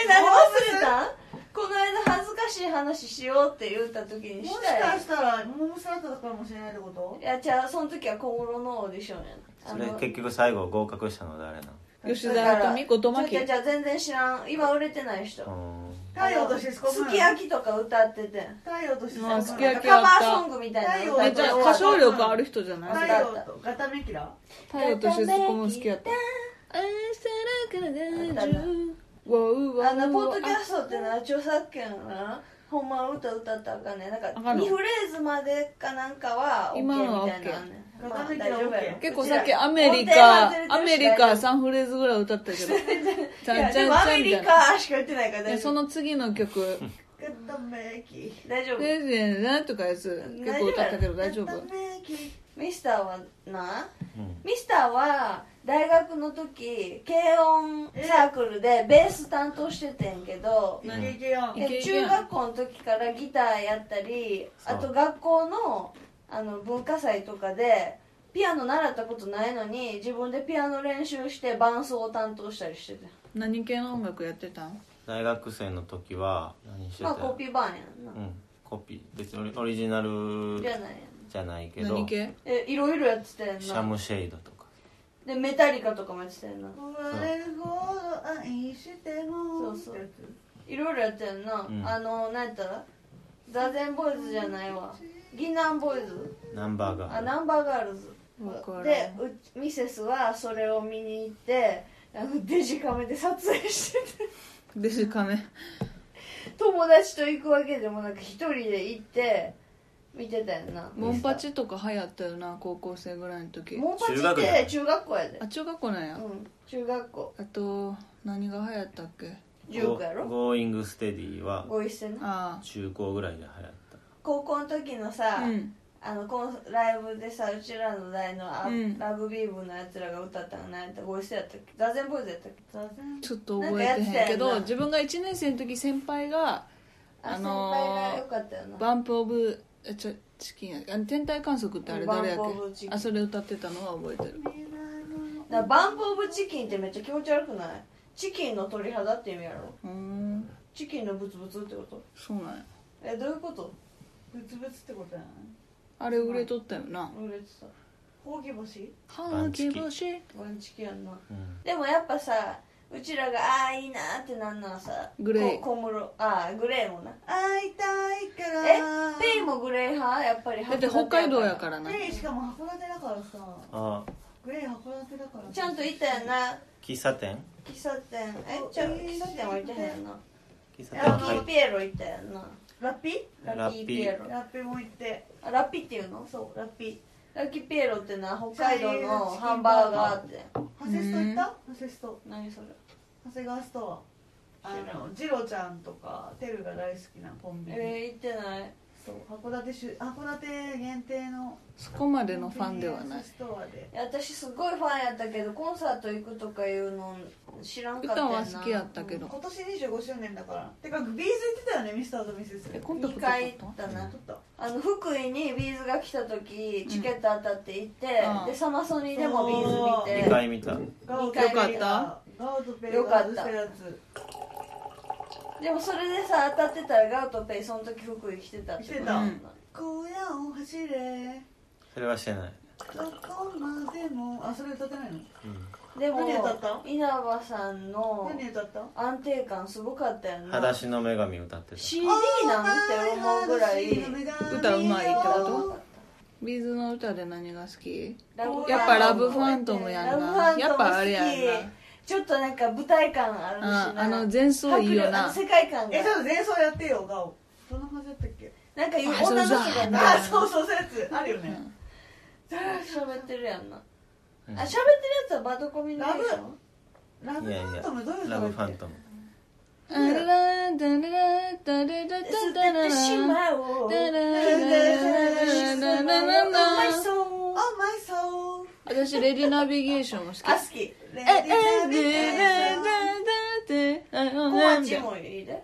Speaker 1: 何忘れたんこの間恥ずかしい話しようって言った時に
Speaker 2: もし
Speaker 1: したよ
Speaker 2: かしたらモームスラットだったかもしれないってこと
Speaker 1: いやじゃあその時は小室のオーディションやな
Speaker 4: それ結局最後合格したの誰な
Speaker 3: 吉沢美琴真
Speaker 1: じゃ
Speaker 3: 希
Speaker 1: じゃ全然知らん今売れてない人
Speaker 4: の
Speaker 2: 太陽とシスコムーン
Speaker 1: すき焼きとか歌ってて
Speaker 2: 太陽とシスコム
Speaker 3: ま
Speaker 2: ー
Speaker 3: あ
Speaker 2: ン
Speaker 3: すき
Speaker 1: な
Speaker 3: 焼
Speaker 1: ん
Speaker 3: き
Speaker 1: かカバーソングみたいなの歌
Speaker 3: め
Speaker 1: っ
Speaker 3: ってち
Speaker 1: て
Speaker 3: ゃ歌唱力ある人じゃない
Speaker 2: 太陽とガタメキラ
Speaker 3: 太陽としずこも好きやった愛してるから大丈夫
Speaker 1: あのポッドキャストってのは著作権なほんまは歌歌ったらあかんねんなんか
Speaker 3: あかんの
Speaker 1: 2フレーズまでかなんかは OK み
Speaker 3: 今のは
Speaker 1: たいなのあんねんまあ
Speaker 2: 片
Speaker 1: 大
Speaker 2: 道は
Speaker 1: 丈夫
Speaker 2: OK
Speaker 1: やろ
Speaker 3: 結構さっ
Speaker 1: う
Speaker 3: き
Speaker 1: ちら
Speaker 3: アメリ
Speaker 1: 音程外れてるし
Speaker 3: カ、アメリカ3フレーズぐらい
Speaker 1: [laughs]
Speaker 3: 歌ったけど、ち
Speaker 1: いや
Speaker 3: ゃんち
Speaker 1: で
Speaker 3: ゃんち
Speaker 1: もア
Speaker 3: ゃん
Speaker 1: メ
Speaker 3: み
Speaker 1: リ
Speaker 3: たいな。
Speaker 1: カしか言ってないから
Speaker 3: で
Speaker 1: 大丈
Speaker 3: そ
Speaker 1: 夫
Speaker 3: の次の曲、
Speaker 1: グッドメイキー大丈夫
Speaker 3: レジェンなとかやつ、結構歌ったけど大丈夫
Speaker 1: やったね君ミスターはな
Speaker 4: うん
Speaker 1: ミスターは大学の時軽音サークルでベース担当しててんけど
Speaker 2: イケイケよ
Speaker 3: イケイケ
Speaker 1: 中学校の時からギターやったり
Speaker 4: そう
Speaker 1: あと学校のあの文化祭とかでピアノ習ったことないのに自分でピアノ練習して伴奏を担当したりしてて
Speaker 3: 何系の音楽やってたん
Speaker 4: 大学生の時は何してた
Speaker 1: まあコピー版やんな
Speaker 4: うんコピー別にオリオリジナル
Speaker 1: じゃないやん
Speaker 4: じゃないけど
Speaker 3: 何
Speaker 4: シ
Speaker 3: 系
Speaker 1: えいろいろやってたやん
Speaker 4: ャ
Speaker 1: な
Speaker 4: ムシェイドとか
Speaker 1: でメタリカとかもやってたやんな
Speaker 2: 生まれるほど愛しても
Speaker 1: そうそういろいろやったやんな、
Speaker 4: うん
Speaker 1: あの何やった座禅ボーイズじゃないわ銀杏ボーイズ
Speaker 4: ナンバーガ
Speaker 1: あ
Speaker 4: ール
Speaker 1: ナンバーガールズ
Speaker 3: わからん
Speaker 1: でうミセスはそれを見に行ってあのデジカメで撮影して [laughs]
Speaker 3: デジカメ。
Speaker 1: て友達と行くわけでもなく一人で行って見てたやんな
Speaker 3: モンパチとか流行ったよな、高校生ぐらいの時。
Speaker 1: モンパチ
Speaker 4: 中学
Speaker 1: っ
Speaker 4: や
Speaker 1: て中学校やで
Speaker 3: あ、中学校なんや
Speaker 1: う。ん中学校
Speaker 3: あと、何が流行ったっけ
Speaker 1: 中学やろ
Speaker 4: ゴーイングステディは
Speaker 1: ご一緒に
Speaker 3: あ
Speaker 4: 中高ぐらいで流行っ
Speaker 1: 高校の時の
Speaker 3: あ。
Speaker 1: さ、
Speaker 3: うん。
Speaker 1: あのこのライブでさうちらの代のあ
Speaker 3: うん
Speaker 1: ラグビー部のやつらが歌ったの何やったご一緒やったっけ座禅ボーイズやったっけ座禅
Speaker 3: ちょっと覚えてへんけ
Speaker 1: なんかやってたよな
Speaker 3: ど、自分が1年生の時先輩が、
Speaker 1: あ
Speaker 3: あ
Speaker 1: 先
Speaker 3: のー
Speaker 1: 輩がよかったよな
Speaker 3: バンプオブえちょチキンやあの天体観測ってあれ誰やっ
Speaker 1: バンプオブチ
Speaker 3: け
Speaker 1: キン
Speaker 3: あそれ歌ってたのは覚えてる
Speaker 1: なバンプ・オブ・チキンってめっちゃ気持ち悪くないチキンの鳥肌って意味やろ
Speaker 3: うーん
Speaker 1: チキンのブツブツってこと
Speaker 3: そうなんや
Speaker 1: えどういうこと
Speaker 2: ブツブツってことやな
Speaker 3: あれ売れとったよな
Speaker 1: 売れてたほうき星
Speaker 3: 歯抜き星
Speaker 1: ワンチキやんな
Speaker 4: た、うん
Speaker 1: でもやっぱさうちらが「ああいいな」ってなんならさ
Speaker 3: グレイ
Speaker 1: こ小室ああグレーもな
Speaker 2: 会いたいか
Speaker 1: え
Speaker 2: ら
Speaker 1: ペイもグレー派やっぱり
Speaker 3: だって北海道やからな
Speaker 2: グレイしかも函館だからさ
Speaker 4: あ
Speaker 2: グレイ函館だから
Speaker 1: ちゃんといたよな
Speaker 4: 喫茶店
Speaker 1: 喫茶店えちゃう喫茶店は行ってへんよな
Speaker 4: 喫茶
Speaker 1: ラッキ
Speaker 4: 入
Speaker 1: ー
Speaker 4: っ
Speaker 1: ピエロ行ったよな
Speaker 2: ラッピ
Speaker 1: ラッキーピエロ
Speaker 2: ラッピも行って
Speaker 1: あラッピっていうの
Speaker 2: そうラッピ
Speaker 1: ラッキーピエロってな北海道のハンバーガーって
Speaker 2: ハセスト行ったハセスト
Speaker 1: 何それ
Speaker 2: 長谷川ストアあ
Speaker 1: 知らん
Speaker 2: のジロちゃんとかテルが大好きなコンビニ、
Speaker 1: えー、行ってない
Speaker 2: そう函館しゅ函館限定の
Speaker 3: そこまでのファンではない
Speaker 2: ストアで
Speaker 1: いや私すごいファンやったけどコンサート行くとかいうの知らんかった
Speaker 3: 歌
Speaker 1: よな
Speaker 3: は好きやったけど
Speaker 2: 今年25周年だからてかビーズ行ってたよねミスターとミセス
Speaker 3: え
Speaker 2: 撮
Speaker 3: コンタク
Speaker 1: 2
Speaker 3: ト取
Speaker 1: 回
Speaker 3: っ
Speaker 1: 行ったたな、
Speaker 2: っ
Speaker 1: あの福井にビーズが来た時チケット当たって行って、
Speaker 3: うん
Speaker 1: でサマソニでもビーズ
Speaker 4: 2
Speaker 1: 見て
Speaker 4: 回見た
Speaker 2: たガウ
Speaker 1: 二回
Speaker 2: と
Speaker 1: 見
Speaker 2: ガ
Speaker 3: た
Speaker 2: ウとペイ
Speaker 1: よか
Speaker 2: ガ
Speaker 1: っ
Speaker 2: ーズ
Speaker 1: た
Speaker 2: フェアツ
Speaker 1: でもそれでさ当たってたらガウトペイその時福井来てたってこと
Speaker 2: 来て
Speaker 1: な
Speaker 2: た
Speaker 1: の
Speaker 3: うん
Speaker 2: 小屋を走れ
Speaker 4: それはしてない、
Speaker 2: どこまでもあそれ歌ってないの
Speaker 1: でも
Speaker 2: 何歌った
Speaker 1: 稲葉さんの
Speaker 2: 何歌った
Speaker 1: 安定感すごかったよ
Speaker 4: うん、
Speaker 1: な
Speaker 4: 裸足の女神歌ってた
Speaker 1: CD なんて思うぐらい
Speaker 3: 歌うまいってことビーズの歌で何が好き
Speaker 1: ラブファントム
Speaker 3: やっぱラブファントムやん
Speaker 1: ラ
Speaker 3: な
Speaker 1: ブファントム好き
Speaker 3: やっぱあれやん
Speaker 1: ちょっとなんか舞台感あるし
Speaker 3: な
Speaker 1: な、
Speaker 3: うんあの前奏いい
Speaker 1: 迫力あ
Speaker 3: よ
Speaker 1: の
Speaker 3: な
Speaker 1: 世界観が
Speaker 2: えちょっと前奏やってよガオどんな感じだったっけ
Speaker 1: なんか言う
Speaker 3: あそう
Speaker 1: 女の人が
Speaker 3: うん
Speaker 1: な
Speaker 2: あそうそうそうやつあるよね
Speaker 1: 喋ってるやんな、
Speaker 4: うん
Speaker 1: あ喋ってるやつはバドコミュニケーション
Speaker 2: ラブ
Speaker 4: い
Speaker 2: フ
Speaker 4: やい
Speaker 2: ァン
Speaker 4: や
Speaker 2: トムどういう歌だ
Speaker 4: ラブ
Speaker 2: っ
Speaker 4: フ
Speaker 2: け
Speaker 4: ァントム
Speaker 3: あれだだれだだれだだ
Speaker 1: 捨て
Speaker 3: だら
Speaker 1: てし
Speaker 3: だ
Speaker 1: まおう
Speaker 3: らだらだらだら
Speaker 1: [laughs] う
Speaker 3: [laughs] だ
Speaker 1: まい
Speaker 3: ら
Speaker 1: そう
Speaker 2: Oh my soul
Speaker 3: 私レディナビゲーションも好き
Speaker 1: あ好き
Speaker 2: レディ
Speaker 3: ええ
Speaker 2: ーレ
Speaker 3: えええ
Speaker 1: 小町もいいで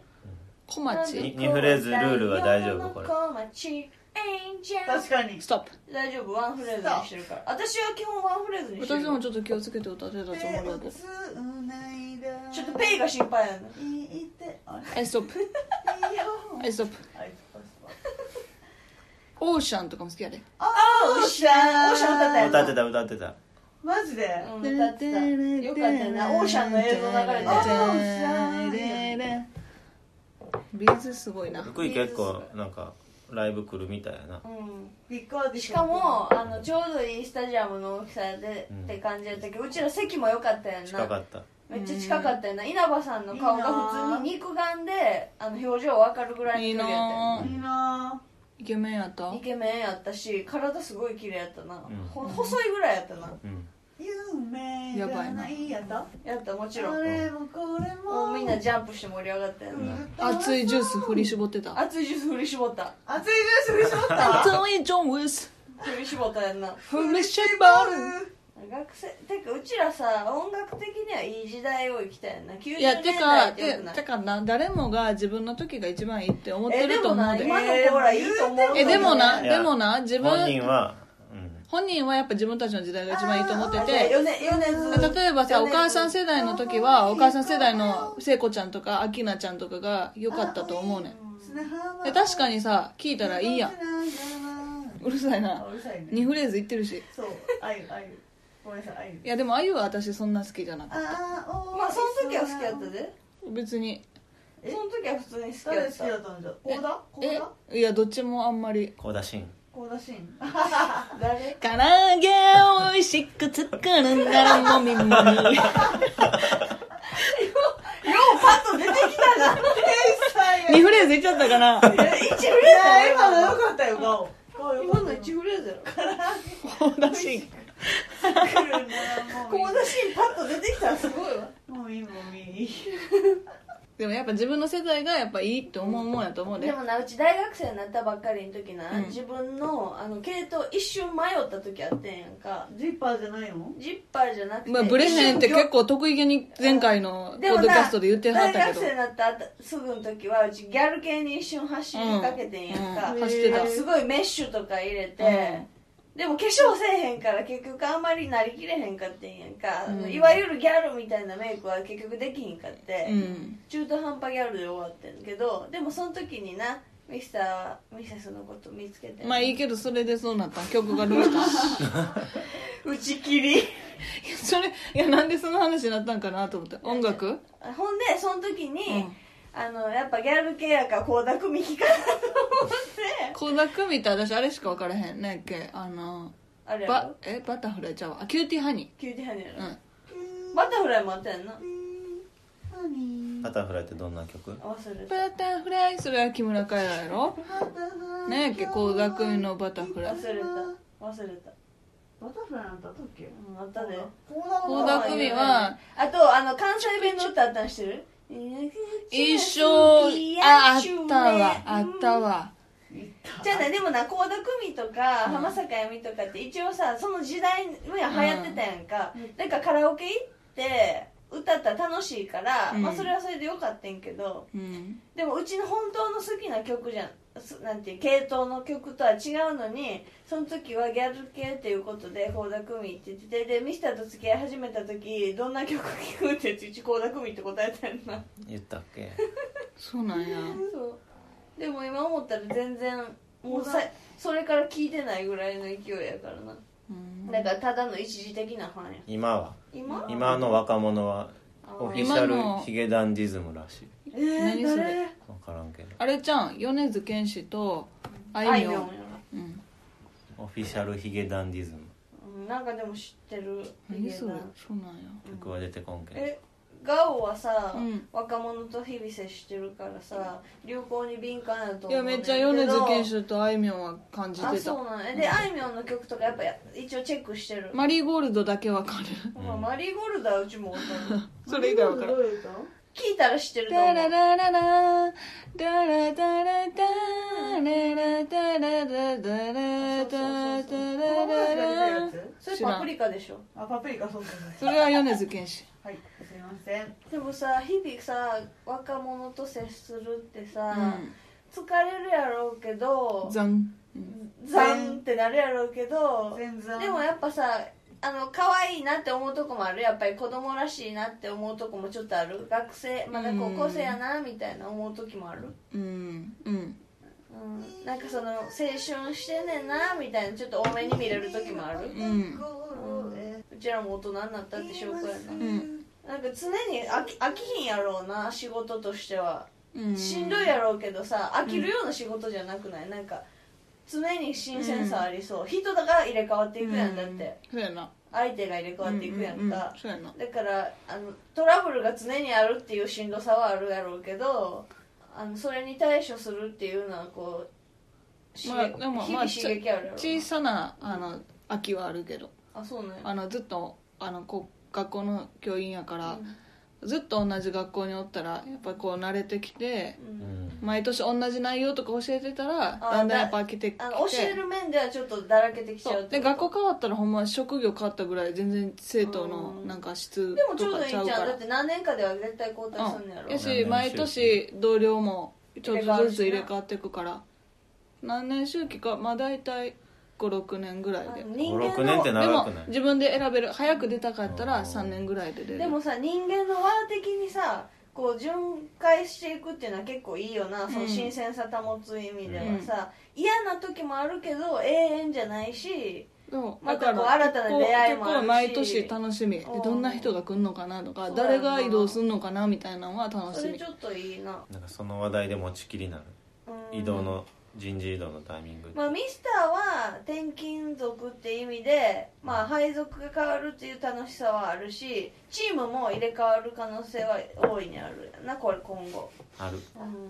Speaker 3: 小町
Speaker 4: ににフレーズルールは大丈夫これ
Speaker 1: 小町エンジェル
Speaker 2: 確かに
Speaker 3: ストップ
Speaker 1: 大丈夫ワンフレーズにしてるから私は基本ワンフレーズにしてる
Speaker 3: 私もちょっと気をつけて歌ってたつもりだけど
Speaker 2: 手をつないだ
Speaker 1: ちょっとペイが心配やな
Speaker 2: 言ってあれ
Speaker 3: はいストップ
Speaker 2: いいよ
Speaker 3: はいストップ
Speaker 2: はいパスパス
Speaker 3: オーシャンとかも好きやで
Speaker 2: あ
Speaker 1: オーシャンオーシャン歌ったやん
Speaker 4: 歌ってた歌ってた
Speaker 2: マジで
Speaker 1: うん歌ってたよかったよなオーシャンの映像流れて
Speaker 2: オーシ
Speaker 1: た
Speaker 2: ャ
Speaker 3: ビーズすごいな
Speaker 4: 福井結構なんかライブ来るみたいやな
Speaker 1: うん
Speaker 2: ビッグアーティス
Speaker 1: し
Speaker 2: ト
Speaker 1: かもあのちょうどいいスタジアムの大きさで、
Speaker 4: うん
Speaker 1: って感じやったけどうちら席も良かったやん
Speaker 4: 近か
Speaker 1: な
Speaker 4: った
Speaker 1: めっちゃ近かったよな稲葉さんの顔が普通に肉眼であの表情わかるぐらい
Speaker 3: いい
Speaker 1: の距離やったよ
Speaker 3: なぁ
Speaker 2: いいな
Speaker 3: イケメンやった
Speaker 1: イケメンやったし体すごい綺麗やったな、
Speaker 4: ん
Speaker 1: ほ細いぐらいやったな
Speaker 4: うん
Speaker 2: ぁ夢じ
Speaker 3: や
Speaker 2: ゃ
Speaker 3: ばい
Speaker 2: な
Speaker 3: ない
Speaker 2: やった
Speaker 1: やったもちろ
Speaker 2: あ
Speaker 1: ん
Speaker 2: れもこれ
Speaker 1: も
Speaker 2: も
Speaker 1: うみんなジャンプして盛り上がったよな、
Speaker 3: 熱いジュース振り
Speaker 2: 絞
Speaker 3: 絞ってた
Speaker 1: 熱いジュース振り絞った
Speaker 2: 熱いジュース振り絞った
Speaker 3: 熱いジョン・ウィス
Speaker 1: 振り絞ったやんな
Speaker 3: 振り絞る
Speaker 1: 学生てかうちらさ音楽的にはいい時代を生きたやんな90
Speaker 3: いやて
Speaker 1: 年
Speaker 3: か
Speaker 1: 代って
Speaker 3: て
Speaker 1: よくない
Speaker 3: てかな誰もが自分の時が一番いいって思って
Speaker 1: えで
Speaker 3: ると
Speaker 1: も
Speaker 3: 思う
Speaker 1: な
Speaker 3: で
Speaker 1: 今の子らいいと思うのに
Speaker 3: えでもない
Speaker 4: や
Speaker 3: でもな自分
Speaker 4: 本人は、うん、
Speaker 3: 本人はやっぱ自分たちの時代が一番いいと思ってて
Speaker 1: 4年四年ず
Speaker 3: 例えばさお母さん世代の時は
Speaker 2: うん
Speaker 3: お母さん世代の聖子ちゃんとか明菜ちゃんとかが良かったと思うねんで確かにさ聞いたらいいやんうるさいな
Speaker 2: うるさいね
Speaker 3: 2フレーズ言ってるし
Speaker 2: そうあゆあゆごめんなさいあゆ
Speaker 3: いやでもあゆは私そんな好きじゃなかっ
Speaker 2: あーお
Speaker 1: まあその時は好きやったで
Speaker 3: た別に
Speaker 1: その時は普通に好き
Speaker 2: 誰
Speaker 1: や
Speaker 2: 好
Speaker 1: っ
Speaker 2: き
Speaker 1: た
Speaker 2: だったんじゃ高田高
Speaker 3: え
Speaker 2: 田
Speaker 3: いやどっちもあんまり
Speaker 4: 高田真
Speaker 2: 高田真
Speaker 1: 誰
Speaker 3: 唐揚げ美味しく作るからもみも
Speaker 1: [laughs]
Speaker 3: み
Speaker 1: ようパッと出てきたな
Speaker 3: 2フレーズ言っちゃったかな
Speaker 1: 一フレーズ
Speaker 2: いや
Speaker 1: や
Speaker 2: 今の
Speaker 1: ろ
Speaker 2: 良かったよ顔顔良
Speaker 1: 今
Speaker 2: かった
Speaker 1: の一フレーズやろ
Speaker 3: ほうだし
Speaker 2: 来るなもう
Speaker 1: このシーンパッと出てきたらすごいわ
Speaker 2: もういいもういい
Speaker 3: でもやっぱ自分の世代がやっぱいいって思うもんやと思うで
Speaker 1: でもなうち大学生になったばっかりの時な、
Speaker 3: うん
Speaker 1: 自分のあの系統一瞬迷った時あってんやんか
Speaker 2: ジッパーじゃないの
Speaker 1: ジッパーじゃなくて、
Speaker 3: まあ、ブレへんって
Speaker 1: 一瞬
Speaker 3: 結構得意げに前回のポ
Speaker 1: で
Speaker 3: ッ
Speaker 1: も
Speaker 3: ド
Speaker 1: な
Speaker 3: キャストで言ってはったけど
Speaker 1: 大学生になった後すぐの時はうちギャル系に一瞬走りかけてんやんか、
Speaker 3: うん
Speaker 2: うん
Speaker 3: 走ってた
Speaker 1: あのすごいメッシュとか入れて、でも化粧せえへんから結局あんまりなりきれへんかってんやんか、
Speaker 3: うん
Speaker 1: いわゆるギャルみたいなメイクは結局できひんかって、
Speaker 3: うん
Speaker 1: 中途半端ギャルで終わってんけどでもその時になミキサーはミキサーそのこと見つけて
Speaker 3: まあいいけどそれでそうなった曲がどうしたし
Speaker 1: 打ち切り
Speaker 3: [laughs] それいやなんでその話になったんかなと思って音楽
Speaker 1: ほんでその時に、
Speaker 3: うん
Speaker 1: あのやっぱギャル系やから倖田來未聞かなと思って
Speaker 3: 倖田來未って私あれしか分からへんなんやっけあの
Speaker 1: あれや
Speaker 3: バ
Speaker 1: ろ
Speaker 3: えバタフライちゃうわあキューティーハニ
Speaker 1: キューティーハニーや
Speaker 3: ー、う
Speaker 1: ろ、
Speaker 3: ん、
Speaker 1: バタフライもあったやんな
Speaker 2: ハニー
Speaker 4: バタフライってどんな曲
Speaker 1: 忘れた
Speaker 3: バタフライそれは木村カエラやろなんやっけ倖田來未のバタフライ
Speaker 1: 忘れた忘れた、
Speaker 2: バタフライなんてあったっけ
Speaker 1: うん、あったで
Speaker 2: 高田
Speaker 3: 倖
Speaker 2: の
Speaker 3: 田來未は
Speaker 1: あとあの関西弁の歌あったんしてる
Speaker 3: 一生ああったわあったわ
Speaker 1: じゃあねでもな倖田來未とか浜坂由美とかって一応さその時代には流行ってたやんか、なんかカラオケ行って歌ったら楽しいから、
Speaker 3: うん
Speaker 1: まあそれはそれでよかったんけど
Speaker 3: うん
Speaker 1: でもうちの本当の好きな曲じゃんすなんていう系統の曲とは違うのにその時はギャル系っていうことで倖田來未って言っててでミスターと付き合い始めた時どんな曲聴くって言ってうち倖田來未って答えたやんな
Speaker 4: 言ったっけ
Speaker 3: そうなんや
Speaker 1: そうでも今思ったら全然もうさそれから聞いてないぐらいの勢いやからな
Speaker 3: うん
Speaker 1: だからただの一時的なファンや
Speaker 4: 今は
Speaker 1: 今
Speaker 4: 今の若者はオフィシャ
Speaker 3: 今の
Speaker 4: ルヒゲダンディズムらしい
Speaker 2: えー、
Speaker 3: 何それ
Speaker 2: 誰
Speaker 4: 分からんけど
Speaker 3: あれちゃん米津玄師とあ
Speaker 1: あい
Speaker 3: いみ
Speaker 1: み
Speaker 3: ょ
Speaker 1: ょん
Speaker 3: ん
Speaker 1: やろ
Speaker 3: うん
Speaker 4: オフィシャルヒゲダンディズム
Speaker 1: うんなんかでも知ってる
Speaker 3: 何
Speaker 1: ヒ
Speaker 3: それ
Speaker 1: ゲダン
Speaker 3: そうなんや
Speaker 4: 曲は出てこんけど、
Speaker 1: えガオはさ、
Speaker 3: うん
Speaker 1: 若者と日々接してるからさ流行に敏感やと思う
Speaker 3: い
Speaker 1: い
Speaker 3: やめっちゃ米津玄師とあいみょんは感じ
Speaker 1: あ
Speaker 3: て
Speaker 1: そう
Speaker 3: た
Speaker 1: なんやであいみょんの曲とかやっぱや一応チェックしてる、
Speaker 3: マリーゴールドだけわかる
Speaker 1: まあ、マリーゴールドはうちも分かる
Speaker 3: それ以外わからん
Speaker 2: どういう歌
Speaker 1: 聞いたら知ってると思
Speaker 3: ダ [laughs]
Speaker 1: う
Speaker 3: ララララダラダラダララダラダラダラダ
Speaker 2: この前出
Speaker 3: ラ
Speaker 2: てた
Speaker 3: ダ
Speaker 2: や
Speaker 3: ラ
Speaker 2: つ
Speaker 1: それパプリカでしょ
Speaker 2: あパプリカそうそうそう
Speaker 3: それは米津玄師
Speaker 2: はいすいません
Speaker 1: でもさ日々さ若者と接するって
Speaker 3: う
Speaker 1: さ、
Speaker 3: ん
Speaker 1: 疲れるやろうけど
Speaker 3: ザンうん
Speaker 1: ザンってなるやろうけど
Speaker 2: 全然
Speaker 1: でもやっぱさあの可愛いなって思うとこもあるやっぱり子供らしいなって思うとこもちょっとある学生まだ高校生やなみたいな思う時もある、
Speaker 3: うんう
Speaker 1: う
Speaker 3: ん
Speaker 1: ん、なんかその青春してんねんなみたいなちょっと多めに見れる時もある
Speaker 3: うん
Speaker 1: うちらも大人になったって証拠や
Speaker 3: うん
Speaker 1: ななんか常に飽き飽きひんやろうな仕事としては
Speaker 3: うん
Speaker 1: しんどいやろうけどさ飽きるような仕事じゃなくない、なんか常に新鮮さありそう、人が入れ替わっていくやんだって、
Speaker 3: そうやな
Speaker 1: 相手が入れ替わっていくやんか、
Speaker 3: うううそうやな
Speaker 1: だからあのトラブルが常にあるっていうしんどさはあるやろうけどあのそれに対処するっていうのはこうし、
Speaker 3: まあでも
Speaker 1: 日
Speaker 3: まあ
Speaker 1: 々刺激あるやろうな
Speaker 3: 小さなあの空きはあるけど
Speaker 1: あそうなんや
Speaker 3: あのずっとあのこう学校の教員やから
Speaker 1: う、ん
Speaker 3: ずっと同じ学校におったらやっぱこう慣れてきて
Speaker 1: う
Speaker 4: うんん
Speaker 3: 毎年同じ内容とか教えてたらだんだんやっぱ飽きてきて
Speaker 1: あの教える面ではちょっとだらけてきちゃ
Speaker 3: そうう
Speaker 1: って
Speaker 3: で
Speaker 1: こと
Speaker 3: 学校変わったらほんま職業変わったぐらい全然生徒のなんか質
Speaker 1: でもちょ
Speaker 3: と
Speaker 1: うど
Speaker 3: か
Speaker 1: いい
Speaker 3: ち
Speaker 1: じゃ
Speaker 3: ゃ
Speaker 1: ん
Speaker 3: うか
Speaker 1: だ
Speaker 3: ら
Speaker 1: って何年かでは絶対交代すんのやろ
Speaker 3: うん、や
Speaker 4: 何年
Speaker 3: し
Speaker 4: 周期
Speaker 3: 毎年同僚もちょっとずつ入れ替わっていくから何年周期かまあ大体56年ぐらい
Speaker 1: あ
Speaker 3: で
Speaker 1: の人間
Speaker 4: 56年
Speaker 1: の
Speaker 4: って
Speaker 3: で
Speaker 4: 長
Speaker 3: も
Speaker 4: くない
Speaker 3: 自分で選べる早く出たかった
Speaker 4: う
Speaker 3: ら
Speaker 4: ん
Speaker 3: 3年ぐらいで出る
Speaker 1: でもさ人間の輪的にさこう巡回していくっていうのは結構いいよな、その新鮮さ保つ意味ではさ、嫌な時もあるけど永遠じゃないし
Speaker 3: でも
Speaker 1: ま
Speaker 3: だ
Speaker 1: た
Speaker 3: か
Speaker 1: こう新たな出会いもあるし
Speaker 3: 結構毎年楽しみで
Speaker 1: うん
Speaker 3: どんな人が来るのかなとか
Speaker 1: そうやな
Speaker 3: 誰が移動するのかなみたいなのは楽
Speaker 1: そ
Speaker 3: し
Speaker 1: れ
Speaker 3: み
Speaker 1: ちょっといいな、
Speaker 4: なんかその話題で持ちきりなる
Speaker 1: うん
Speaker 4: 移動の人事異動のタイミング、
Speaker 1: まあ、ミスターは転勤族って意味で、まあ、配属が変わるっていう楽しさはあるしチームも入れ替わる可能性は大いにあるやんなこれ今後、
Speaker 4: ある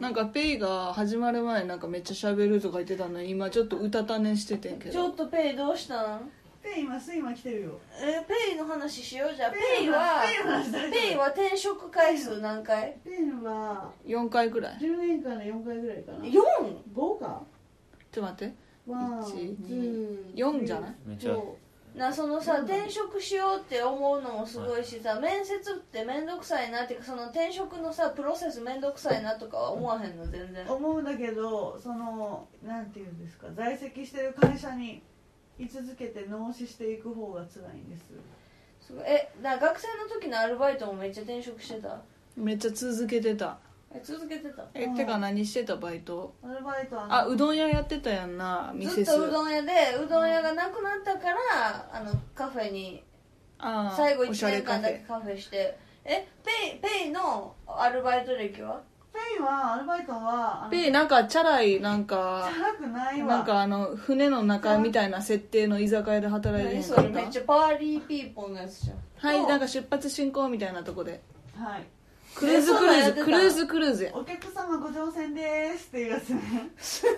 Speaker 3: なんかペイが始まる前なんかめっちゃ喋るとか言ってたのに今ちょっとうたた寝しててんけど
Speaker 1: ちょっとペイどうしたん
Speaker 2: で今睡魔来てるよ
Speaker 1: えペイの話しようじゃあペ
Speaker 2: ペ
Speaker 1: イ
Speaker 2: イ
Speaker 1: は
Speaker 2: はペイは
Speaker 1: ペイは転職回数何回
Speaker 2: ペンは
Speaker 3: 4回ぐらいちょ
Speaker 2: 10年間で4回ぐらいかな
Speaker 1: ?4?
Speaker 2: 5か
Speaker 3: っと待って
Speaker 2: ワンツ
Speaker 3: 一
Speaker 2: ー
Speaker 3: 二4じゃない
Speaker 4: めっちゃ
Speaker 2: そ
Speaker 1: なそのさ転職しようって思うのもすごいしさ面接って面倒くさいなっていうかその転職のさプロセス面倒くさいなとかは思わへんの全然
Speaker 2: う思うんだけどそのなんていうんですか在籍してる会社に居続けて納資していく方が辛いんです
Speaker 1: すごいえな学生の時のアルバイトもめっちゃ転職してた
Speaker 3: めっちゃ続けてた
Speaker 1: え続けてた
Speaker 3: え
Speaker 2: うん
Speaker 3: てか何してたバイト
Speaker 2: アルバイトは
Speaker 3: あうどん屋やってたやんな
Speaker 1: ず
Speaker 3: 店
Speaker 1: っ
Speaker 3: 数
Speaker 1: とうどん屋でうどん屋がなくなったからあのカフェに
Speaker 3: あー
Speaker 1: 最後1
Speaker 3: おしゃれ
Speaker 1: 年
Speaker 3: カ
Speaker 1: 間
Speaker 3: フ
Speaker 1: だけ
Speaker 3: ェ
Speaker 1: カフェしてえペイペイのアルバイト歴は
Speaker 2: ペイはアルバイトはあの
Speaker 3: ペイなんかチャラいなんか
Speaker 2: 辛くないわ
Speaker 3: なんかあの船の中みたいな設定の居酒屋で働いて
Speaker 1: 何
Speaker 3: る
Speaker 1: それめっちゃパーリーピーポーのやつじゃん
Speaker 3: はいなんか出発進行みたいなとこで
Speaker 2: はい
Speaker 3: クルーズ
Speaker 1: えそ
Speaker 3: ク
Speaker 1: ん
Speaker 3: ル
Speaker 1: なんやっ
Speaker 3: ー
Speaker 1: てた
Speaker 3: ズクルーズクルーズや
Speaker 2: お客様ご乗船ですっていうやつね
Speaker 1: すごい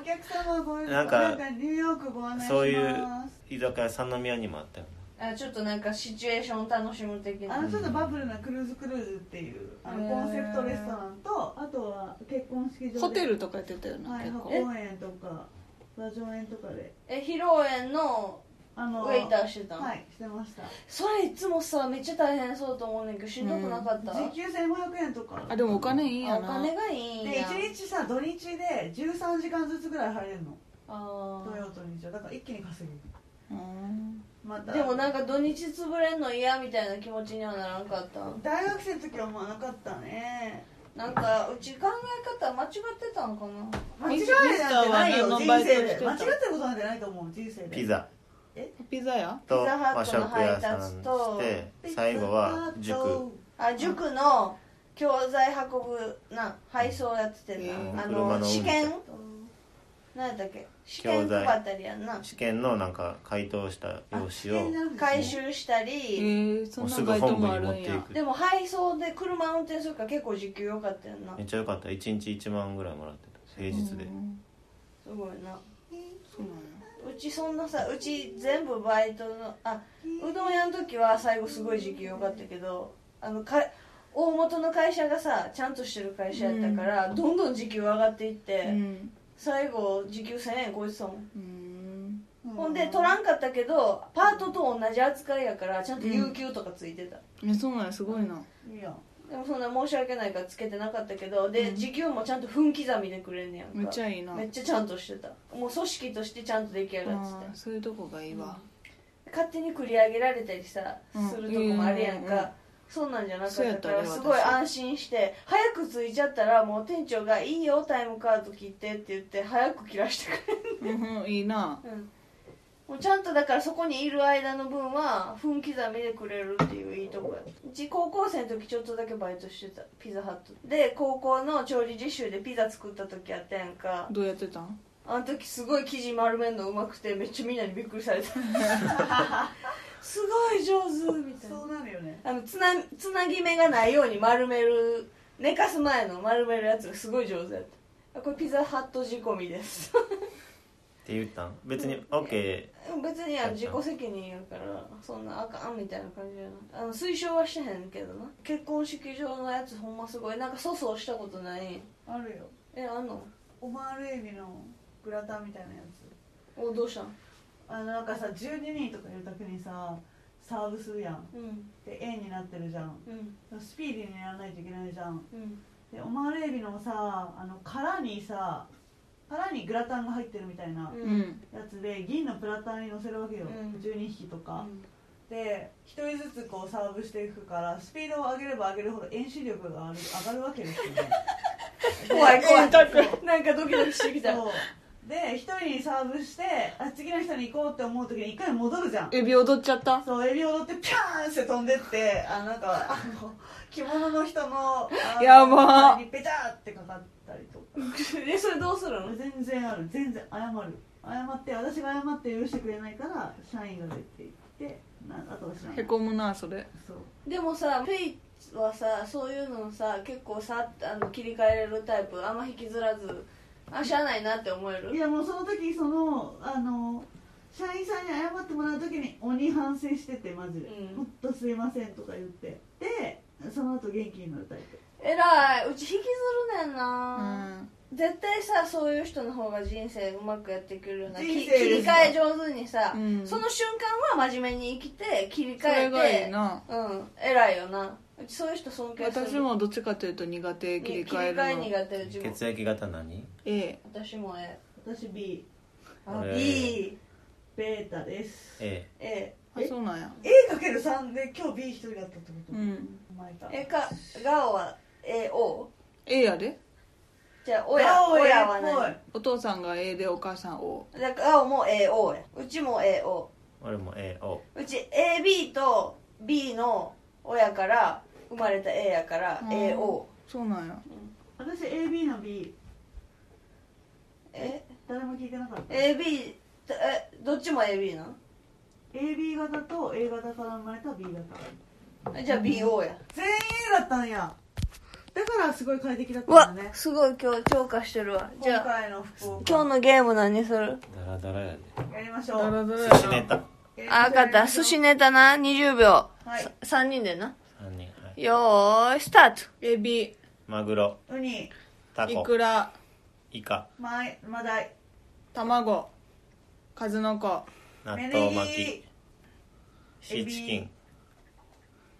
Speaker 2: お客様ご
Speaker 4: な
Speaker 2: なんん
Speaker 4: か
Speaker 2: かニューヨークご案内します
Speaker 4: そういう居酒屋三宮にもあったよ
Speaker 1: あちょっとなんかシチュエーション楽しむ的
Speaker 2: あ
Speaker 1: な
Speaker 2: のちょっとバブルなクルーズクルーズっていうあのコンセプトレストランとあとは結婚式場で
Speaker 3: ホテルとかやってたよな
Speaker 2: はい
Speaker 3: 結
Speaker 2: 白
Speaker 3: 構
Speaker 2: 公園とか馬上園とかで
Speaker 1: え披露宴の
Speaker 2: あ
Speaker 1: ウ
Speaker 2: の
Speaker 1: ェイターしてたの、
Speaker 2: はいしてました
Speaker 1: それいつもさめっちゃ大変そうと思うねんけどしんどくなかった、
Speaker 2: 時給1500円とか
Speaker 3: あでもお金いい
Speaker 1: あ
Speaker 3: や
Speaker 1: お
Speaker 3: な
Speaker 1: 金がいいん
Speaker 2: で
Speaker 1: や
Speaker 2: 1日さ土日で13時間ずつぐらい入れるの
Speaker 1: あ
Speaker 2: 土曜と日曜だから一気に稼ぐ
Speaker 3: うん
Speaker 2: ま
Speaker 1: ー
Speaker 2: た
Speaker 1: でもなんか土日潰れんの嫌みたいな気持ちにはならんかった
Speaker 2: 大学生の時はまあなかったね
Speaker 1: なんかうち考え方間違ってたのかな
Speaker 2: 間違いなんてないよ
Speaker 3: ミ
Speaker 2: 人
Speaker 3: スターは何のバ
Speaker 2: 生
Speaker 3: イトして
Speaker 2: で
Speaker 3: た
Speaker 2: 間違ってることなんてないと思う人生で
Speaker 4: ピザ
Speaker 3: ピザ屋
Speaker 4: と
Speaker 1: ピザハッ
Speaker 4: 和食
Speaker 1: トの配
Speaker 4: 屋
Speaker 1: 達
Speaker 4: さ
Speaker 1: と
Speaker 4: んして最後は塾
Speaker 1: あ塾の教材運ぶな配送やっててんな、あ
Speaker 4: うん車
Speaker 1: の
Speaker 4: の
Speaker 1: 試
Speaker 4: 運転
Speaker 1: 験何やったっけ試験
Speaker 4: 教材
Speaker 1: 配ったりやんな
Speaker 4: 試験のなんか回答した用紙を
Speaker 1: 回収した
Speaker 3: え
Speaker 1: り、
Speaker 3: ー、そ
Speaker 4: もうん
Speaker 3: な
Speaker 4: すぐ
Speaker 3: バイト
Speaker 4: 本部
Speaker 3: もあ
Speaker 4: に持
Speaker 3: る
Speaker 4: っ
Speaker 3: ん
Speaker 4: てい
Speaker 3: や
Speaker 4: く
Speaker 1: でも配送で車運転するから結構時給良かったよな
Speaker 4: めっちゃ良かった1日1万ぐらいもらってた平日で
Speaker 3: うん
Speaker 1: すごいな
Speaker 3: そうなんや
Speaker 1: うちそんなさうち全部バイトのあうどん屋の時は最後すごい時給良かったけどあのか大元の会社がさちゃんとしてる会社やったから、どんどん時給上がっていって、
Speaker 3: うん
Speaker 1: 最後時給1000円超えてたもん、
Speaker 3: うん
Speaker 1: ほんで取らんかったけどパートと同じ扱いやからちゃんと有給とかついてた、
Speaker 3: えそうなんやすごいない
Speaker 2: いよ
Speaker 1: でもそんな申し訳ないからつけてなかったけどで、時給もちゃんと分刻みでくれんねやんか
Speaker 3: めっちゃいいな
Speaker 1: めっちゃちゃんとしてたもう組織としてちゃんと出来上がって
Speaker 3: あーそういうとこがいいわ、
Speaker 1: て勝手に繰り上げられたりさ、
Speaker 3: うん
Speaker 1: するとこもあるやんか、
Speaker 3: うんうん
Speaker 1: そんなんじゃなか
Speaker 3: そうや
Speaker 1: っ
Speaker 3: ったた
Speaker 1: か
Speaker 3: ね
Speaker 1: らすごい
Speaker 3: 私
Speaker 1: 安心して早く着いちゃったらもう店長が「いいよタイムカード切って」って言って早く切らしてくれ
Speaker 3: うんうんいいな
Speaker 1: る、うん、もうちゃんとだからそこにいる間の分は分刻みでくれるっていういいとこやうち高校生の時ちょっとだけバイトしてたピザハットで高校の調理実習でピザ作った時やったやんか
Speaker 3: どうやってたん
Speaker 1: あの時すごい生地丸めるのうまくてめっちゃみんなにびっくりされ
Speaker 2: [laughs]
Speaker 1: たすごい上手みたいな
Speaker 2: そうなるよね
Speaker 1: あのつなつなぎ目がないように丸める寝かす前の丸めるやつがすごい上手やったあこれピザハット仕込みです [laughs]
Speaker 4: て言ったん別に OK
Speaker 1: 別にあの自己責任やからそんなあかんみたいな感じやなあの推奨はしてへんけどな結婚式場のやつほんますごいなんか粗相したことない
Speaker 2: あるよ
Speaker 1: えあんの
Speaker 2: オマールエビのグラタンみたいなやつ
Speaker 1: おどうしたん
Speaker 2: あのなんかさ12人とかいる時にさサーブするやん
Speaker 1: うん
Speaker 2: で円になってるじゃん
Speaker 1: うん
Speaker 2: スピーディーにやらないといけないじゃん
Speaker 1: うん
Speaker 2: でオマールエビのさあの殻にさ殻にグラタンが入ってるみたいな
Speaker 1: うん
Speaker 3: うん
Speaker 2: やつで銀のプラタンに乗せるわけよ、
Speaker 1: うん
Speaker 2: 12匹とか、
Speaker 1: う
Speaker 2: で1人ずつこうサーブしていくからスピードを上げれば上げるほど遠心力が上がる上がるわけですよね
Speaker 1: ん怖い [laughs] 怖いなんかドキドキしてきた
Speaker 2: そうで1人にサーブしてあ次の人に行こうって思う時に1回戻るじゃん
Speaker 3: エビ踊っちゃった
Speaker 2: そうエビ踊ってピャーンって飛んでってあなんかあの着物の人のあの
Speaker 3: やば
Speaker 2: にペチャーってかかったりとか
Speaker 1: [laughs] えそれどうするの
Speaker 2: 全然ある全然謝る謝って私が謝って許してくれないから社員が出て行ってなあとは知らな
Speaker 3: へ
Speaker 2: い
Speaker 3: こむなそれ
Speaker 2: そう
Speaker 1: でもさペイはさそういうのをさ結構さあの切り替えれるタイプあんま引きずらずあしゃあないなって思え
Speaker 2: い
Speaker 1: る
Speaker 2: やもうその時そのあの社員さんに謝ってもらう時に鬼反省しててマジで
Speaker 1: うん
Speaker 2: 「もっとすいません」とか言ってでその後元気になるタイプ
Speaker 1: えらいうち引きずるねん
Speaker 3: う
Speaker 1: な、
Speaker 3: ん
Speaker 1: 絶対さそういう人の方が人生うまくやっていけるようなき切
Speaker 2: 人生です
Speaker 1: り替え上手にさ、
Speaker 3: うん
Speaker 1: その瞬間は真面目に生きて切り
Speaker 3: そ
Speaker 1: 替えて
Speaker 3: れがいいな
Speaker 1: うん偉いよなうちそういう人尊敬する
Speaker 3: 私もどっちかというと苦手
Speaker 1: に
Speaker 3: 切り
Speaker 1: 切り
Speaker 3: 替える
Speaker 1: 替え
Speaker 3: の
Speaker 1: 苦手自分
Speaker 4: 血液型何
Speaker 3: A
Speaker 1: 私もえ
Speaker 2: 私 B
Speaker 1: あ
Speaker 4: えー
Speaker 1: B
Speaker 2: ベータです
Speaker 4: え
Speaker 1: A
Speaker 3: あそうなんや
Speaker 2: A かける3で今日 B 一人だったってこと
Speaker 3: うん
Speaker 2: お前か
Speaker 1: えかガオは AO
Speaker 3: A やで
Speaker 1: じゃあ
Speaker 2: ガ
Speaker 1: 親
Speaker 2: オエ
Speaker 1: 親は
Speaker 2: っぽい
Speaker 1: 何
Speaker 3: お父さんが A でお母さん O
Speaker 1: じゃあ青も AO やうちも AO
Speaker 4: 俺も AO
Speaker 1: うち AB と B の親から生まれた A やから
Speaker 3: うん
Speaker 1: AO
Speaker 3: そうなんや
Speaker 2: 私 AB の B
Speaker 1: え
Speaker 2: 誰も聞いてなかった、
Speaker 1: AB えどっちも AB な
Speaker 2: AB 型と A 型から生まれた B 型
Speaker 1: のじゃあ BO や
Speaker 2: 全員 A だったんやだからすごい快適だっ
Speaker 1: う
Speaker 2: た
Speaker 1: わ
Speaker 2: んだね
Speaker 1: すごい今日超過してるわじ
Speaker 2: 今
Speaker 1: ゃあ
Speaker 2: 回の福岡
Speaker 1: 今日のゲーム何する
Speaker 4: ダラダラやで
Speaker 2: やりましょう
Speaker 3: だらだらや
Speaker 4: 寿司
Speaker 3: な
Speaker 4: ネタ
Speaker 1: あ分かった寿司ネタな20秒、
Speaker 2: はい
Speaker 1: 3人でな
Speaker 4: 3人はい
Speaker 1: よーいスタート
Speaker 3: エビ
Speaker 4: マグロ
Speaker 2: ウニ
Speaker 4: タ
Speaker 3: イ
Speaker 4: コ
Speaker 3: クラ
Speaker 4: イカ
Speaker 2: マイマダイ
Speaker 3: 卵数の子
Speaker 4: 納
Speaker 2: メ
Speaker 4: 豆巻
Speaker 2: ネ
Speaker 4: き
Speaker 2: ギ
Speaker 4: シーチキン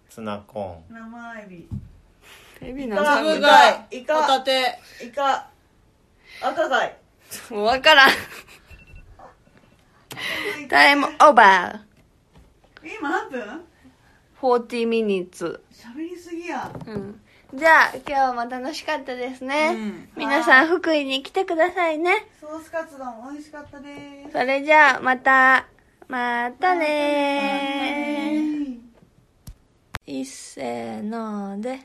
Speaker 4: ツナコーン
Speaker 2: 生エビ
Speaker 1: エビ
Speaker 2: イカ
Speaker 1: な
Speaker 3: サ
Speaker 1: ん
Speaker 3: ブ
Speaker 1: も
Speaker 3: ガイ
Speaker 2: イ
Speaker 3: ホ
Speaker 2: カ
Speaker 3: タテ
Speaker 2: イカ赤貝
Speaker 1: う分からんタイムオーバー
Speaker 2: 今何分
Speaker 1: 40 minutes
Speaker 2: 喋りすぎや
Speaker 1: うんじゃあ今日も楽しかったですね、
Speaker 3: うん
Speaker 1: 皆さん福井に来てくださいね
Speaker 2: ソースカツ丼美味しかったです
Speaker 1: それじゃあまたまたねーいっせーので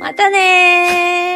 Speaker 1: またねー